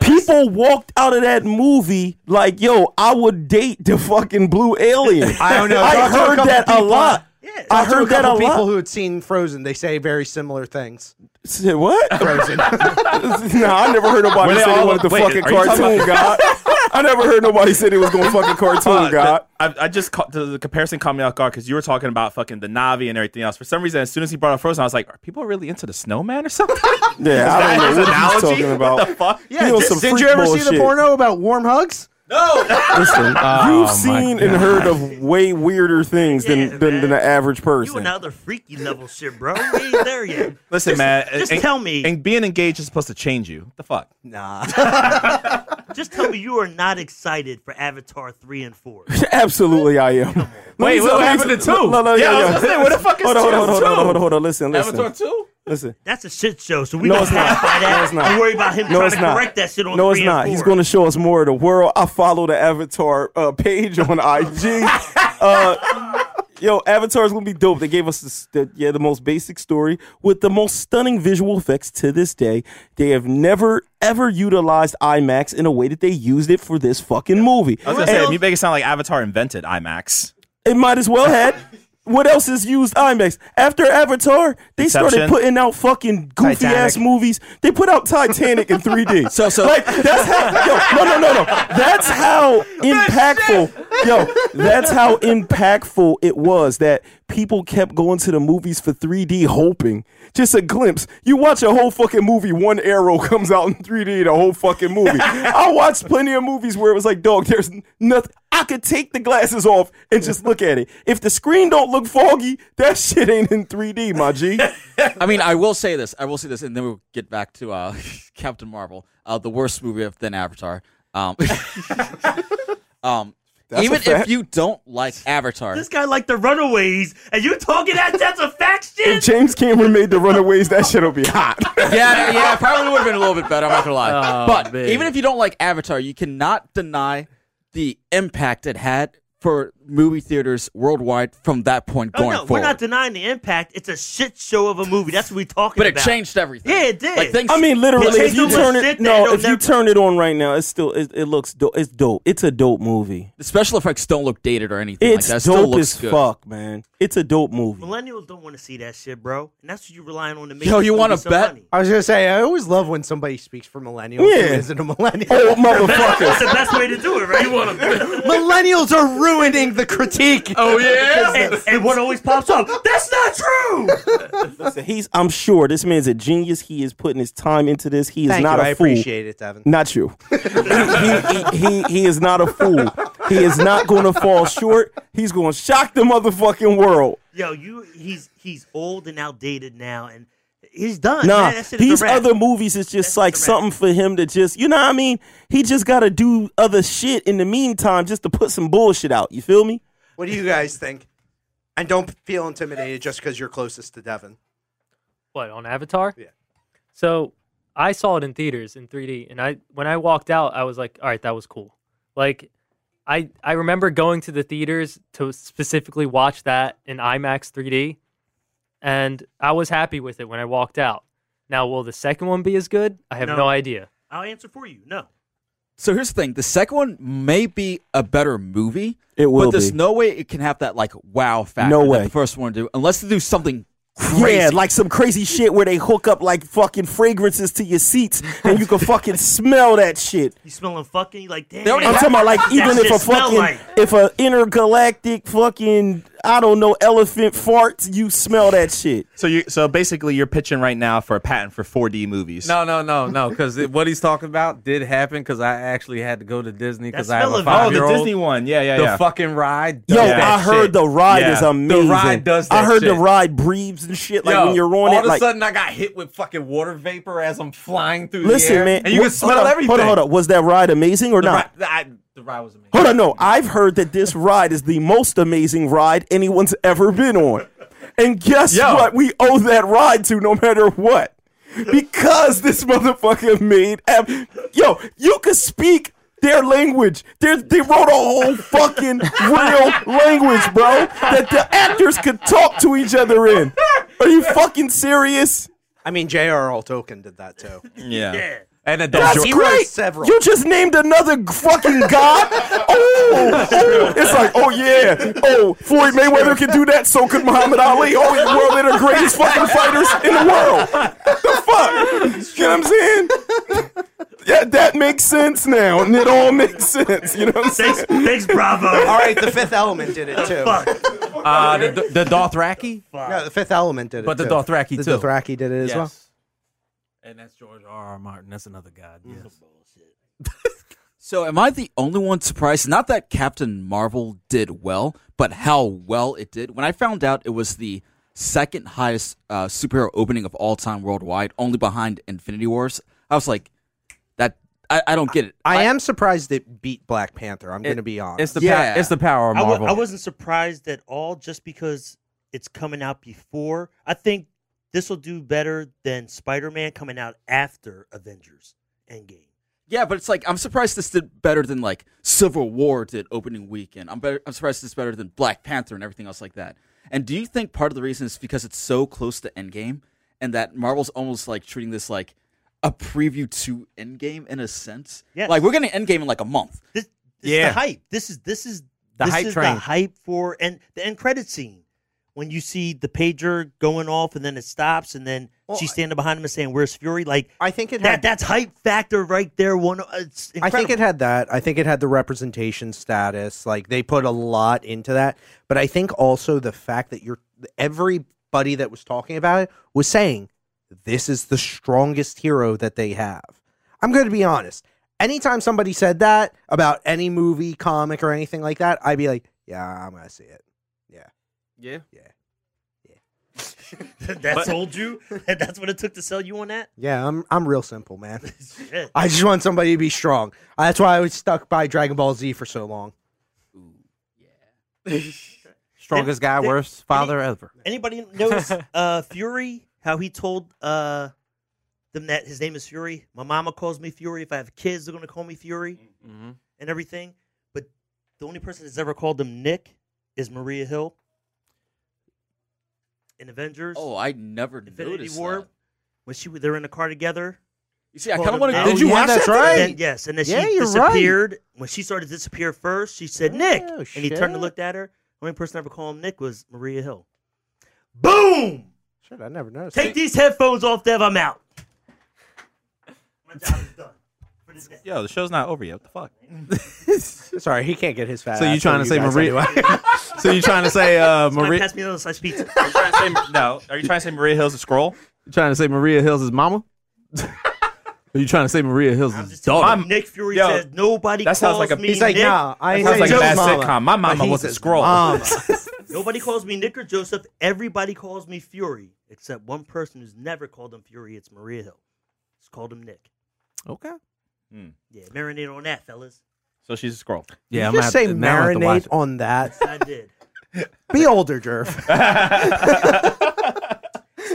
Speaker 9: People walked out of that movie like, yo, I would date the fucking blue alien.
Speaker 4: I don't know.
Speaker 9: I
Speaker 4: Talk to a
Speaker 9: heard
Speaker 4: couple
Speaker 9: that a
Speaker 4: people.
Speaker 9: lot. I
Speaker 4: Talk to
Speaker 9: heard
Speaker 4: a
Speaker 9: that a
Speaker 4: couple people
Speaker 9: lot.
Speaker 4: who had seen Frozen. They say very similar things.
Speaker 9: Said
Speaker 4: (laughs)
Speaker 9: what? nah, I never heard nobody
Speaker 3: Were they
Speaker 9: say they
Speaker 3: all-
Speaker 9: wanted the
Speaker 3: wait,
Speaker 9: fucking
Speaker 3: are you talking
Speaker 9: cartoon god. I never heard nobody say they was going fucking
Speaker 3: Uh,
Speaker 9: cartoon Oh, god.
Speaker 3: I, I just caught the, the comparison caught me off guard because you were talking about fucking the Navi and everything else. For some reason, as soon as he brought up Frozen, I was like, "Are people really into the snowman or something?"
Speaker 9: Yeah, (laughs) I don't
Speaker 3: That is
Speaker 9: know what he's
Speaker 3: analogy?
Speaker 9: talking
Speaker 3: (laughs)
Speaker 9: about.
Speaker 3: the fuck?
Speaker 9: He on some
Speaker 4: did
Speaker 9: freak
Speaker 4: you ever see the
Speaker 9: bullshit.
Speaker 4: porno about warm hugs?
Speaker 9: Listen,
Speaker 2: Oh, my
Speaker 9: you've seen and heard of way weirder things
Speaker 1: Yeah,
Speaker 9: than, than,
Speaker 1: man.
Speaker 9: than the average
Speaker 1: You
Speaker 9: person.
Speaker 1: another freaky level shit, bro. We ain't there yet.
Speaker 3: Listen, man.
Speaker 1: just
Speaker 3: and-
Speaker 1: tell me.
Speaker 3: And being engaged is supposed to change you. The fuck?
Speaker 4: Nah.
Speaker 1: Just tell me you are not excited for Avatar three and four.
Speaker 9: (laughs) Absolutely, I am. Let
Speaker 2: Wait,
Speaker 9: me
Speaker 2: what
Speaker 9: tell you-
Speaker 2: happened to two?
Speaker 9: No, no, no,
Speaker 3: Yeah, I
Speaker 9: yo, yo.
Speaker 3: was gonna say, where the fuck is
Speaker 9: Hold on, hold on,
Speaker 3: two?
Speaker 9: hold on, hold on, hold on. Listen,
Speaker 6: Avatar
Speaker 9: listen,
Speaker 6: two.
Speaker 9: listen.
Speaker 1: That's a shit show. So we
Speaker 9: No,
Speaker 1: don't
Speaker 9: it's not.
Speaker 1: have by that.
Speaker 9: No, it's not.
Speaker 1: You worry about him
Speaker 9: No,
Speaker 1: trying
Speaker 9: it's
Speaker 1: to
Speaker 9: not.
Speaker 1: correct that shit on
Speaker 9: No,
Speaker 1: three
Speaker 9: it's
Speaker 1: and
Speaker 9: not.
Speaker 1: four.
Speaker 9: He's going to show us more of the world. I follow the Avatar uh, page
Speaker 1: (laughs)
Speaker 9: on IG. uh, yo, Avatar is going to be dope. They gave us this, the, yeah the most basic story with the most stunning visual effects to this day. They have never ever utilized IMAX in a way that they used it for this fucking movie.
Speaker 3: I was gonna say, you make it sound like Avatar invented IMAX.
Speaker 9: It might as well had. What else is used IMAX? After Avatar, they
Speaker 3: Inception.
Speaker 9: started putting out fucking goofy ass
Speaker 4: Titanic.
Speaker 9: movies. They put out Titanic in
Speaker 1: (laughs)
Speaker 9: 3D.
Speaker 6: So- so-
Speaker 9: like that's how yo, no no no no. That's how impactful yo, that's how impactful it was that people kept going to the movies for 3D hoping. Just a glimpse. You watch a whole fucking movie, one arrow (laughs) comes out in 3D the whole fucking movie. I watched plenty of movies where it was like, dog, there's nothing I could take the glasses off and just look at it. If the screen don't look foggy, that shit ain't in 3D, my G.
Speaker 6: I mean, I will say this. I will say this, and then we'll get back to uh, (laughs) Captain Marvel, uh, the worst movie of then Avatar. Um, (laughs) um, even if
Speaker 9: fact.
Speaker 6: you don't like Avatar,
Speaker 1: This guy like the Runaways, and you talking that? That's a fact
Speaker 9: If
Speaker 1: shit.
Speaker 9: James Cameron made the Runaways, that shit'll be hot.
Speaker 6: yeah, yeah, it probably would have been a little bit better. I'm not gonna lie.
Speaker 7: Oh,
Speaker 6: but
Speaker 7: man.
Speaker 6: even if you don't like Avatar, you cannot deny the impact it had for movie theaters worldwide from that point
Speaker 1: Oh,
Speaker 6: going
Speaker 1: no, we're
Speaker 6: forward.
Speaker 1: not denying the impact. It's a shit show of a movie. That's what we talking
Speaker 6: but it
Speaker 1: about.
Speaker 6: changed everything.
Speaker 1: Yeah, it did.
Speaker 6: Like things.
Speaker 9: I mean, literally,
Speaker 1: But
Speaker 9: if you
Speaker 1: James
Speaker 9: turn
Speaker 1: Cameron
Speaker 9: it
Speaker 1: said that,
Speaker 9: no,
Speaker 1: it'll
Speaker 9: if you
Speaker 1: never-
Speaker 9: turn it on right now, it's still it, it looks dope. It's dope. It's a dope movie.
Speaker 6: the special effects don't look dated or anything
Speaker 9: It's
Speaker 6: like that. It still
Speaker 9: dope
Speaker 6: looks
Speaker 9: as
Speaker 6: good.
Speaker 9: fuck, man. It's a dope movie.
Speaker 1: Millennials don't want to see that shit, bro. And that's what you relying on to make.
Speaker 6: Yo,
Speaker 1: this
Speaker 6: you
Speaker 1: movie
Speaker 6: wanna
Speaker 1: so
Speaker 6: bet?
Speaker 1: Money.
Speaker 4: (laughs) I was gonna say I always love when somebody speaks for millennials
Speaker 9: Yeah.
Speaker 4: who isn't a millennial.
Speaker 1: (laughs)
Speaker 9: Oh motherfucker!
Speaker 1: That's the best way to do it, right? You want to?
Speaker 4: millennials are ruining the critique.
Speaker 6: Oh yeah.
Speaker 1: (laughs) and, and what always pops up? That's not true.
Speaker 9: Listen, he's. I'm sure this man's a genius. He is putting his time into this. He is
Speaker 4: Thank
Speaker 9: not
Speaker 4: you.
Speaker 9: a
Speaker 4: I
Speaker 9: fool.
Speaker 4: appreciate it, Devin.
Speaker 9: Not you. he, he, he, he is not a fool. He is not going to fall short. He's going to shock the motherfucking world.
Speaker 1: Yo, you he's he's old and outdated now, and he's done.
Speaker 9: Nah,
Speaker 1: man. That shit is a
Speaker 9: these
Speaker 1: wrap.
Speaker 9: other movies is just
Speaker 1: That's
Speaker 9: like
Speaker 1: the rap.
Speaker 9: something for him to just, you know what I mean? He just got to do other shit in the meantime just to put some bullshit out. You feel me?
Speaker 4: What do you guys think? And don't feel intimidated just because you're closest to Devin.
Speaker 7: What on Avatar?
Speaker 4: Yeah.
Speaker 7: So I saw it in theaters in 3D, and I when I walked out, I was like, "All right, that was cool." Like, I I remember going to the theaters to specifically watch that in IMAX 3D, and I was happy with it when I walked out. Now, will the second one be as good? I have
Speaker 1: No.
Speaker 7: no, idea.
Speaker 1: I'll answer for you. No,
Speaker 6: So here's the thing: the second one may be a better movie.
Speaker 9: It will
Speaker 6: but there's
Speaker 9: be.
Speaker 6: no way it can have that like wow factor.
Speaker 9: No
Speaker 6: that
Speaker 9: way.
Speaker 6: the first one do unless they do something crazy.
Speaker 9: Yeah, like some crazy shit where they hook up like fucking fragrances to your seats and you can fucking smell that shit.
Speaker 1: you smelling fucking you like damn.
Speaker 6: already
Speaker 9: I'm talking about like
Speaker 1: That
Speaker 9: even if
Speaker 1: shit
Speaker 9: a
Speaker 1: smell
Speaker 9: fucking
Speaker 1: like-
Speaker 9: if a intergalactic fucking I don't know elephant farts, you smell that shit.
Speaker 3: So you so basically you're pitching right now for a patent for 4D movies.
Speaker 11: No, no, no, no. Because what he's talking about did happen. Because I actually had to go to Disney because
Speaker 1: That
Speaker 11: I have
Speaker 1: smell
Speaker 11: a
Speaker 1: of- Oh,
Speaker 11: five
Speaker 3: Oh,
Speaker 11: year
Speaker 3: the
Speaker 11: old.
Speaker 3: Disney one. Yeah, yeah,
Speaker 11: The
Speaker 3: yeah.
Speaker 11: fucking ride. does
Speaker 9: Yo,
Speaker 11: that
Speaker 9: I heard
Speaker 11: shit.
Speaker 9: the ride
Speaker 3: Yeah.
Speaker 9: is
Speaker 3: The
Speaker 9: amazing.
Speaker 11: ride does
Speaker 9: I
Speaker 11: that
Speaker 9: heard the
Speaker 11: shit.
Speaker 9: ride breathes and shit. Like
Speaker 11: Yo,
Speaker 9: when you're on
Speaker 11: all
Speaker 9: it,
Speaker 11: of a
Speaker 9: like
Speaker 11: sudden I got hit with fucking water vapor as I'm flying through
Speaker 9: listen,
Speaker 11: the air.
Speaker 9: man.
Speaker 11: and you
Speaker 9: what-
Speaker 11: can smell
Speaker 9: hold up,
Speaker 11: everything.
Speaker 9: Hold on, hold on. Was that ride amazing or
Speaker 11: The
Speaker 9: not?
Speaker 11: ride, I, the ride was amazing.
Speaker 9: Hold on, no. I've heard that this ride is the most amazing ride anyone's ever been on. And guess
Speaker 11: Yo.
Speaker 9: what? We owe that ride to no matter what. Because this motherfucker made. ab- Yo, you could speak their language. They're, they wrote a whole fucking real language, bro, that the actors could talk to each other in. Are you fucking serious?
Speaker 4: I mean, J.R.R. Tolkien did that (laughs) too.
Speaker 3: yeah.
Speaker 1: Yeah.
Speaker 11: And the
Speaker 9: That's
Speaker 4: He wrote
Speaker 9: great.
Speaker 4: several.
Speaker 9: You just named another g- fucking god. oh, oh, it's like, oh yeah, oh Floyd Mayweather can do that. So could Muhammad Ali. Oh, he's one of the greatest fucking fighters in the world. The fuck, you know what I'm saying? Yeah, that makes sense now, and it all makes sense. You know what I'm
Speaker 1: Thanks,
Speaker 9: saying?
Speaker 1: thanks, Bravo.
Speaker 4: All right, the Fifth Element did it too.
Speaker 1: Fuck.
Speaker 11: uh, the, the Dothraki,
Speaker 4: No, the Fifth Element did it.
Speaker 11: but the
Speaker 4: too.
Speaker 11: Dothraki
Speaker 4: the
Speaker 11: too.
Speaker 4: Dothraki did it as well.
Speaker 11: And that's George R. R. Martin. That's another god. Yes.
Speaker 6: So am I the only one surprised? Not that Captain Marvel did well, but how well it did. When I found out it was the second highest uh, superhero opening of all time worldwide, only behind Infinity Wars, I was like, that I, I don't get it.
Speaker 4: I am surprised it beat Black Panther. I'm going to be honest.
Speaker 11: It's the
Speaker 6: Yeah.
Speaker 11: pow- it's the power of
Speaker 1: I,
Speaker 11: Marvel.
Speaker 1: w- I wasn't surprised at all just because it's coming out before. I think this will do better than Spider Man coming out after Avengers Endgame.
Speaker 6: Yeah, but it's like I'm surprised this did better than like Civil War did opening weekend. I'm better, I'm surprised it's better than Black Panther and everything else like that. And do you think part of the reason is because it's so close to Endgame and that Marvel's almost like treating this like a preview to Endgame in a sense?
Speaker 1: Yes.
Speaker 6: Like we're getting Endgame in like a month.
Speaker 1: This, this is
Speaker 11: Yeah.
Speaker 1: the hype. This is this is
Speaker 11: The
Speaker 1: this
Speaker 11: hype
Speaker 1: is
Speaker 11: train.
Speaker 1: the hype for and the end credit scene when you see the pager going off and then it stops and then
Speaker 4: Well,
Speaker 1: she's standing behind him and saying, "Where's Fury?" Like
Speaker 4: I think it
Speaker 1: that
Speaker 4: had.
Speaker 1: that's hype factor right there. One, uh, it's
Speaker 4: I
Speaker 1: incredible.
Speaker 4: think it had that. I think it had the representation status. Like they put a lot into that. But I think also the fact that you're everybody that was talking about it was saying this is the strongest hero that they have. I'm going to be honest. Anytime somebody said that about any movie, comic, or anything like that, I'd be like, yeah, I'm going to see it.
Speaker 11: yeah.
Speaker 1: (laughs) that sold you. And that's what it took to sell you on that. (laughs)
Speaker 4: Yeah, I'm I'm real simple, man. (laughs)
Speaker 1: Shit.
Speaker 4: I just want somebody to be strong. Uh, That's why I was stuck by Dragon Ball Z for so long.
Speaker 11: Strongest guy,
Speaker 1: did-
Speaker 11: worst father ever.
Speaker 1: Anybody
Speaker 4: (laughs)
Speaker 1: notice uh, Fury? How he told uh, them that his name is Fury. My mama calls me Fury. If I have kids, they're gonna call me Fury
Speaker 4: Mm-hmm.
Speaker 1: and everything. But the only person that's ever called him Nick is Maria Hill in Avengers
Speaker 6: Oh, I never
Speaker 1: Infinity
Speaker 6: noticed
Speaker 1: War
Speaker 6: that.
Speaker 1: when she they're in the car together.
Speaker 6: You see, I
Speaker 1: Called
Speaker 6: kind of
Speaker 1: him
Speaker 6: want to.
Speaker 1: out.
Speaker 6: Did you
Speaker 4: Oh, yeah,
Speaker 6: watch
Speaker 4: that's
Speaker 6: that?
Speaker 4: right.
Speaker 1: And then, yes, and then
Speaker 4: Yeah,
Speaker 1: she
Speaker 4: you're right.
Speaker 1: disappeared. When she started to disappear first, she said Nick,
Speaker 4: Oh,
Speaker 1: and he turned
Speaker 4: shit.
Speaker 1: and looked at her. The only person ever called him Nick was Maria Hill. Boom.
Speaker 4: Shit, I never noticed.
Speaker 1: Take these headphones off, Dev. I'm out. My job is done.
Speaker 3: Yo, the show's not over yet. What the fuck?
Speaker 4: Sorry, he can't get his fat.
Speaker 2: So you
Speaker 4: ass
Speaker 2: trying
Speaker 4: over
Speaker 2: to say
Speaker 4: guys
Speaker 2: Maria?
Speaker 4: (laughs) anyway.
Speaker 2: so you trying to say uh,
Speaker 1: Somebody
Speaker 2: Maria?
Speaker 1: pass me another slice of pizza.
Speaker 3: Are you trying to say, (laughs) no. Are you trying to say Maria Hill's a scroll?
Speaker 2: Trying to say Maria Hill's his mama? (laughs) Are you trying to say Maria Hill's
Speaker 1: I'm
Speaker 2: his
Speaker 1: just telling
Speaker 2: daughter?
Speaker 1: you, Nick Fury
Speaker 3: Yo,
Speaker 1: says nobody
Speaker 3: that
Speaker 1: calls
Speaker 3: sounds like a-
Speaker 1: me
Speaker 4: He's like,
Speaker 1: Nick.
Speaker 4: nah, I ain't
Speaker 3: Sounds like a
Speaker 4: Joe's
Speaker 3: bad
Speaker 4: mama.
Speaker 3: sitcom. My mama
Speaker 4: He
Speaker 3: was a
Speaker 4: says, um,
Speaker 3: scroll.
Speaker 4: "Mama."
Speaker 1: Nobody calls me Nick or Joseph. Everybody calls me Fury, except one person who's never called him Fury. It's Maria Hill. It's called him Nick.
Speaker 2: Okay.
Speaker 1: Yeah, marinate on that, fellas.
Speaker 3: So she's a scroll.
Speaker 2: Yeah,
Speaker 4: You
Speaker 2: I'm gonna
Speaker 4: just say
Speaker 2: have to- now I have to watch
Speaker 4: marinate
Speaker 2: it.
Speaker 4: on that.
Speaker 1: I did.
Speaker 4: Be older,
Speaker 2: (laughs)
Speaker 4: Jerv.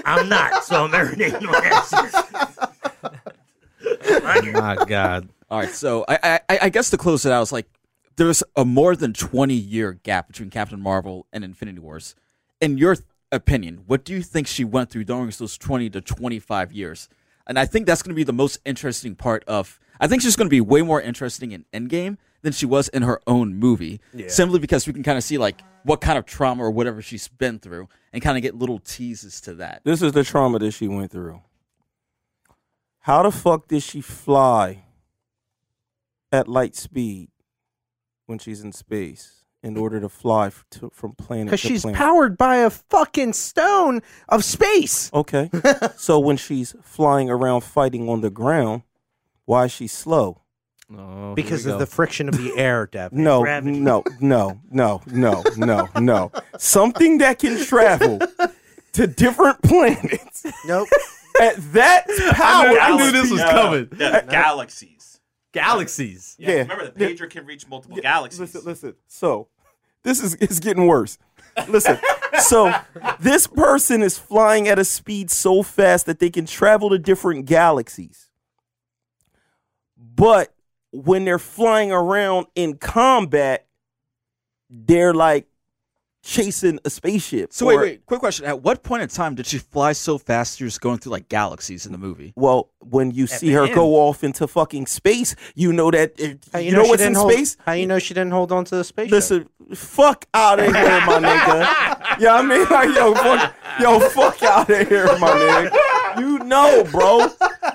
Speaker 1: I'm not, so I'm marinating on that.
Speaker 2: My God.
Speaker 6: All right, so I, I I guess to close it out, it's like there's a more than twenty year gap between Captain Marvel and Infinity Wars. In your th- opinion, what do you think she went through during those twenty to twenty five years? And I think that's going to be the most interesting part of. I think she's going to be way more interesting in Endgame than she was in her own movie, simply because we can kind of see like what kind of trauma or whatever she's been through, and kind of get little teases to that.
Speaker 9: This is the trauma that she went through. How the fuck did she fly at light speed when she's in space in order to fly f- to, from planet to
Speaker 4: Because she's
Speaker 9: planet?
Speaker 4: (laughs) powered by a fucking stone of space.
Speaker 2: (laughs)
Speaker 9: okay. so when she's flying around fighting on the ground, why is she slow?
Speaker 2: Oh,
Speaker 4: Because of the friction of the air, Dev.
Speaker 9: No,
Speaker 1: gravity.
Speaker 9: no, no, no, no, no, no. Something that can travel to different (laughs) planets
Speaker 4: (laughs) Nope.
Speaker 9: at that power.
Speaker 2: I knew this was coming.
Speaker 3: Galaxies.
Speaker 2: Galaxies.
Speaker 9: Yeah.
Speaker 3: Remember, the pager can reach multiple galaxies.
Speaker 9: Listen, listen. So this is it's getting worse. Listen. so this person is flying at a speed so fast that they can travel to different galaxies. But when they're flying around in combat, they're like chasing a spaceship.
Speaker 6: So wait,
Speaker 9: or-
Speaker 6: wait, quick question: At what point in time did she fly so fast? She was going through like galaxies in the movie.
Speaker 9: Well, when you see her go off into fucking space, you know that it,
Speaker 4: How
Speaker 9: you, know,
Speaker 4: she
Speaker 9: what's in
Speaker 4: didn't hold-
Speaker 9: space.
Speaker 4: How you know she didn't hold on to the space?
Speaker 9: Listen, fuck out of here, my
Speaker 1: (laughs)
Speaker 9: nigga. Yeah, I mean, like, yo, fuck, yo, fuck out of here, my nigga. You know, bro.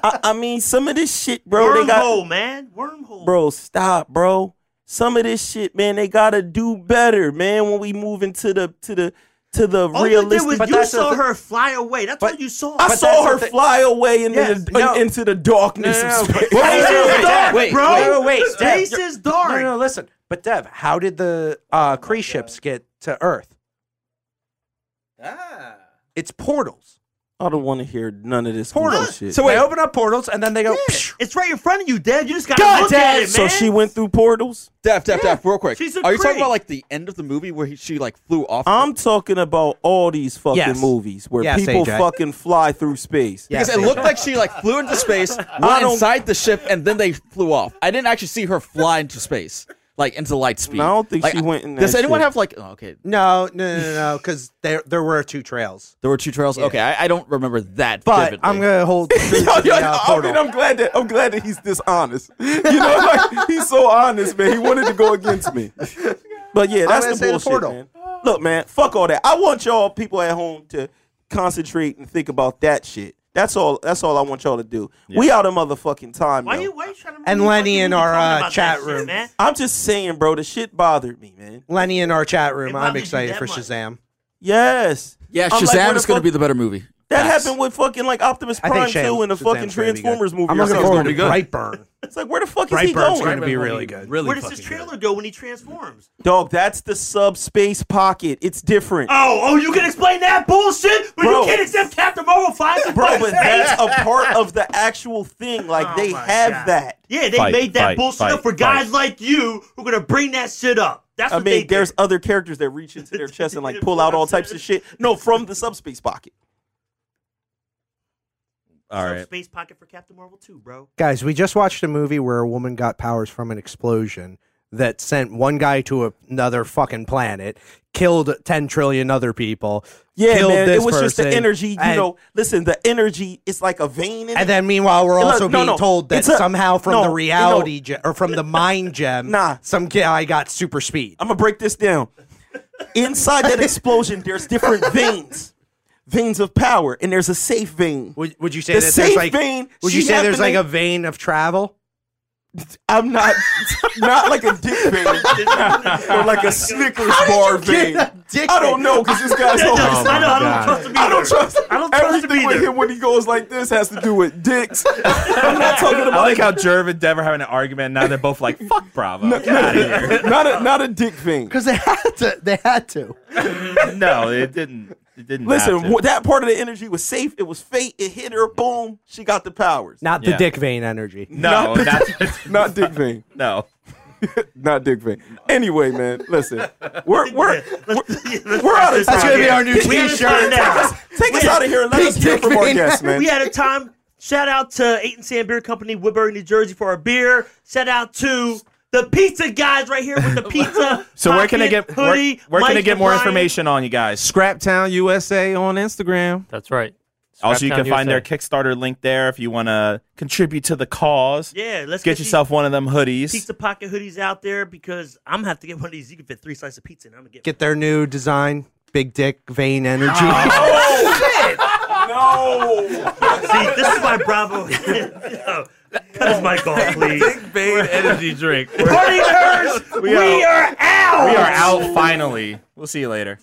Speaker 9: I, I mean, some of this shit, bro. They got,
Speaker 1: Wormhole, man. Wormhole.
Speaker 9: bro, stop, bro. Some of this shit, man. They gotta do better, man. When we move into the to the to the
Speaker 1: All you did was
Speaker 9: realistic.
Speaker 1: you
Speaker 4: that's the
Speaker 1: saw
Speaker 4: thi-
Speaker 1: her fly away. That's all you saw.
Speaker 9: I saw
Speaker 4: the
Speaker 9: her
Speaker 4: thing-
Speaker 9: fly away in
Speaker 4: Yes,
Speaker 9: the,
Speaker 4: no.
Speaker 9: into the darkness
Speaker 4: No, no, no,
Speaker 9: of
Speaker 4: but-
Speaker 9: space.
Speaker 1: Space is
Speaker 4: wait,
Speaker 1: dark,
Speaker 4: wait,
Speaker 1: bro.
Speaker 4: wait, wait, wait,
Speaker 1: Space
Speaker 4: Dev,
Speaker 1: is dark.
Speaker 4: No, no, listen. But Dev, how did the
Speaker 9: Oh
Speaker 4: uh, Kree ships get to Earth?
Speaker 9: Ah.
Speaker 4: It's portals.
Speaker 9: I don't want to hear none of this
Speaker 4: Portals.
Speaker 9: bullshit.
Speaker 4: So they open up portals and then they go. psh,
Speaker 1: It's right in front of you, Dad. You just gotta
Speaker 4: God,
Speaker 1: look
Speaker 4: Dad.
Speaker 1: at it, man.
Speaker 9: so she went through portals.
Speaker 6: Def, def, def, real quick.
Speaker 1: She's a
Speaker 6: Are you
Speaker 1: Kree.
Speaker 6: talking about like the end of the movie where he, she like flew off?
Speaker 9: I'm talking about all these fucking
Speaker 4: Yes.
Speaker 9: movies where
Speaker 4: Yes,
Speaker 9: people
Speaker 4: AJ.
Speaker 9: fucking fly through space.
Speaker 4: Yes,
Speaker 6: because it
Speaker 4: they
Speaker 6: looked
Speaker 4: did.
Speaker 6: like she like flew
Speaker 9: (laughs)
Speaker 6: into space, went
Speaker 9: don't-
Speaker 6: inside the ship, and then they flew off. I didn't actually see her fly into space, like into light speed.
Speaker 9: No, I don't think
Speaker 6: Like,
Speaker 9: she went in that
Speaker 6: Does anyone
Speaker 9: shit.
Speaker 6: have like? Oh, okay,
Speaker 4: No, no, no, no, because there there were two trails.
Speaker 6: there were two trails. Okay, I, I don't remember that.
Speaker 4: But
Speaker 6: vividly.
Speaker 4: I'm
Speaker 9: (laughs)
Speaker 4: gonna hold
Speaker 9: (laughs)
Speaker 4: true
Speaker 9: Yo,
Speaker 4: to the
Speaker 9: yo,
Speaker 4: uh,
Speaker 9: I
Speaker 4: portal.
Speaker 9: mean, I'm glad that I'm glad that he's dishonest. You know, like he's so honest, man. He wanted to go against me. But yeah,
Speaker 4: gonna
Speaker 9: that's the
Speaker 4: say the
Speaker 9: bullshit,
Speaker 4: portal.
Speaker 9: man. Look, man, fuck all that. I want y'all people at home to concentrate and think about that shit. That's all. That's all I want y'all to do. We out of motherfucking time.
Speaker 1: Why
Speaker 9: yo.
Speaker 1: you, why you trying to
Speaker 4: And
Speaker 1: why
Speaker 4: Lenny
Speaker 1: you even
Speaker 4: in our,
Speaker 1: talking
Speaker 4: uh,
Speaker 1: about that
Speaker 4: chat
Speaker 1: shit,
Speaker 4: room.
Speaker 1: man?
Speaker 9: I'm just saying, bro. The shit bothered me, man.
Speaker 4: Lenny in our chat room.
Speaker 1: It
Speaker 4: I'm
Speaker 1: bothers you
Speaker 4: excited
Speaker 1: that
Speaker 4: for
Speaker 1: much.
Speaker 4: Shazam.
Speaker 9: Yes.
Speaker 6: yeah,
Speaker 9: I'm like,
Speaker 6: Shazam
Speaker 9: where the
Speaker 6: is
Speaker 9: fuck-
Speaker 6: going to be the better movie.
Speaker 9: That
Speaker 6: Facts.
Speaker 9: happened with fucking like Optimus
Speaker 4: I think
Speaker 9: Prime
Speaker 4: Shazam-
Speaker 9: too in the
Speaker 4: Shazam's
Speaker 9: fucking
Speaker 4: gonna be good.
Speaker 9: Transformers movie.
Speaker 4: I'm
Speaker 9: or
Speaker 4: looking
Speaker 9: something.
Speaker 4: forward
Speaker 2: gonna
Speaker 4: to
Speaker 2: be good.
Speaker 4: Brightburn.
Speaker 9: It's like where the fuck is he
Speaker 4: Brightburn's
Speaker 9: going?
Speaker 4: gonna be really good.
Speaker 11: Really
Speaker 1: Where does this
Speaker 11: fucking good.
Speaker 1: trailer go when he transforms?
Speaker 9: Dog, that's the subspace pocket. It's
Speaker 1: (laughs)
Speaker 9: different.
Speaker 1: Oh, oh, you can explain that bullshit, but
Speaker 9: Bro.
Speaker 1: you can't accept Captain Marvel flying through
Speaker 9: Bro,
Speaker 1: fucking
Speaker 9: but
Speaker 1: space?
Speaker 9: that's a part of the actual thing. Like
Speaker 1: Oh
Speaker 9: they
Speaker 1: my
Speaker 9: have
Speaker 1: God.
Speaker 9: that.
Speaker 1: Yeah, they
Speaker 3: Fight,
Speaker 1: made that
Speaker 3: fight,
Speaker 1: bullshit
Speaker 3: fight,
Speaker 1: up for
Speaker 3: fight.
Speaker 1: guys like you who are gonna bring that shit up. That's
Speaker 9: I
Speaker 1: what they (laughs)
Speaker 9: mean,
Speaker 1: did.
Speaker 9: there's other characters that reach into their chest and like pull out all types of shit. No, from the subspace pocket.
Speaker 3: All right.
Speaker 1: space pocket for Captain Marvel too,
Speaker 9: (laughs)
Speaker 1: bro.
Speaker 4: Guys, we just watched a movie where a woman got powers from an explosion that sent one guy to a- another fucking planet, killed 10 trillion other people.
Speaker 9: Yeah,
Speaker 4: killed
Speaker 9: man.
Speaker 4: This
Speaker 9: It was just the
Speaker 4: person,
Speaker 9: energy. You
Speaker 4: and,
Speaker 9: know, listen, the energy. It's like a vein in
Speaker 4: And
Speaker 9: it.
Speaker 4: then meanwhile, we're
Speaker 9: Look,
Speaker 4: also
Speaker 9: no,
Speaker 4: being
Speaker 9: no,
Speaker 4: told that
Speaker 9: it's a-
Speaker 4: somehow from
Speaker 9: no,
Speaker 4: the
Speaker 9: no.
Speaker 4: reality gem or from
Speaker 9: (laughs)
Speaker 4: the mind gem,
Speaker 9: Nah. Um,
Speaker 4: some guy got super speed.
Speaker 9: I'm gonna break this down. Inside that explosion, there's different veins, veins of power, and there's a safe vein.
Speaker 4: Would, would you say
Speaker 9: The
Speaker 4: that
Speaker 9: safe
Speaker 4: there's like
Speaker 9: vein,
Speaker 4: would you
Speaker 9: she
Speaker 4: say there's like a
Speaker 9: happened
Speaker 4: vein of travel?
Speaker 9: I'm not (laughs) not like a dick vein or like a Snickers bar vein.
Speaker 4: dick
Speaker 9: I don't know because this guy's
Speaker 1: Yeah,
Speaker 9: always.
Speaker 1: no, I know, I don't trust him
Speaker 9: Oh I
Speaker 1: either.
Speaker 9: don't trust.
Speaker 1: I don't trust him
Speaker 9: everything with
Speaker 1: either.
Speaker 9: him when he goes like this has to do with dicks. (laughs) I'm not talking
Speaker 3: I
Speaker 9: about
Speaker 3: like how Jerv and Dev are having an argument. Now they're both like, "Fuck Bravo, get out of here."
Speaker 9: not a not a dick vein.
Speaker 4: Because they had to. They had to.
Speaker 3: No, it didn't. It didn't.
Speaker 9: Listen,
Speaker 3: have to.
Speaker 9: wh- that part of the energy was safe. It was fate. It hit her. Boom. She got the powers.
Speaker 4: Not the
Speaker 3: Yeah.
Speaker 4: dick vein energy.
Speaker 3: No, that's
Speaker 9: Not dick vein.
Speaker 3: (laughs) no.
Speaker 9: Not dick vein. Anyway, man, listen. We're we're
Speaker 1: (laughs) Let's-
Speaker 9: we're out of time.
Speaker 1: That's
Speaker 4: gonna be our new
Speaker 9: Take us-
Speaker 1: t-shirt.
Speaker 9: Take
Speaker 4: (laughs)
Speaker 9: us, take us out of here and let us hear
Speaker 4: dick
Speaker 9: from our
Speaker 4: vein.
Speaker 9: guests, man.
Speaker 1: We had a time. Shout out to Eight and Sand Beer Company, Woodbury, New Jersey, for our beer. Shout out to the pizza guys right here
Speaker 11: (laughs)
Speaker 1: with the pizza.
Speaker 3: So where can I
Speaker 1: pocket,
Speaker 3: get where,
Speaker 1: hoodie?
Speaker 3: where can I
Speaker 1: Mike
Speaker 3: get
Speaker 1: and
Speaker 3: more
Speaker 1: Brian.
Speaker 3: information on you guys?
Speaker 2: Scraptown USA on Instagram.
Speaker 7: That's right.
Speaker 3: Also, you can
Speaker 7: Scraptown
Speaker 3: find their
Speaker 7: USA.
Speaker 3: Kickstarter link there if you want to contribute to the cause.
Speaker 1: Yeah, let's
Speaker 3: Get
Speaker 1: these
Speaker 3: yourself one of them hoodies.
Speaker 1: pizza pocket hoodies out there because I'm gonna have to get one of these. You can fit three slices of pizza, and I'm gonna get.
Speaker 4: Get their new design, big dick vein energy.
Speaker 1: See, this is why Bravo. (laughs) Yo, Cut his mic off, please.
Speaker 11: Bane energy drink.
Speaker 1: Party nerds, we, are out.
Speaker 3: we are out finally. We'll see you later.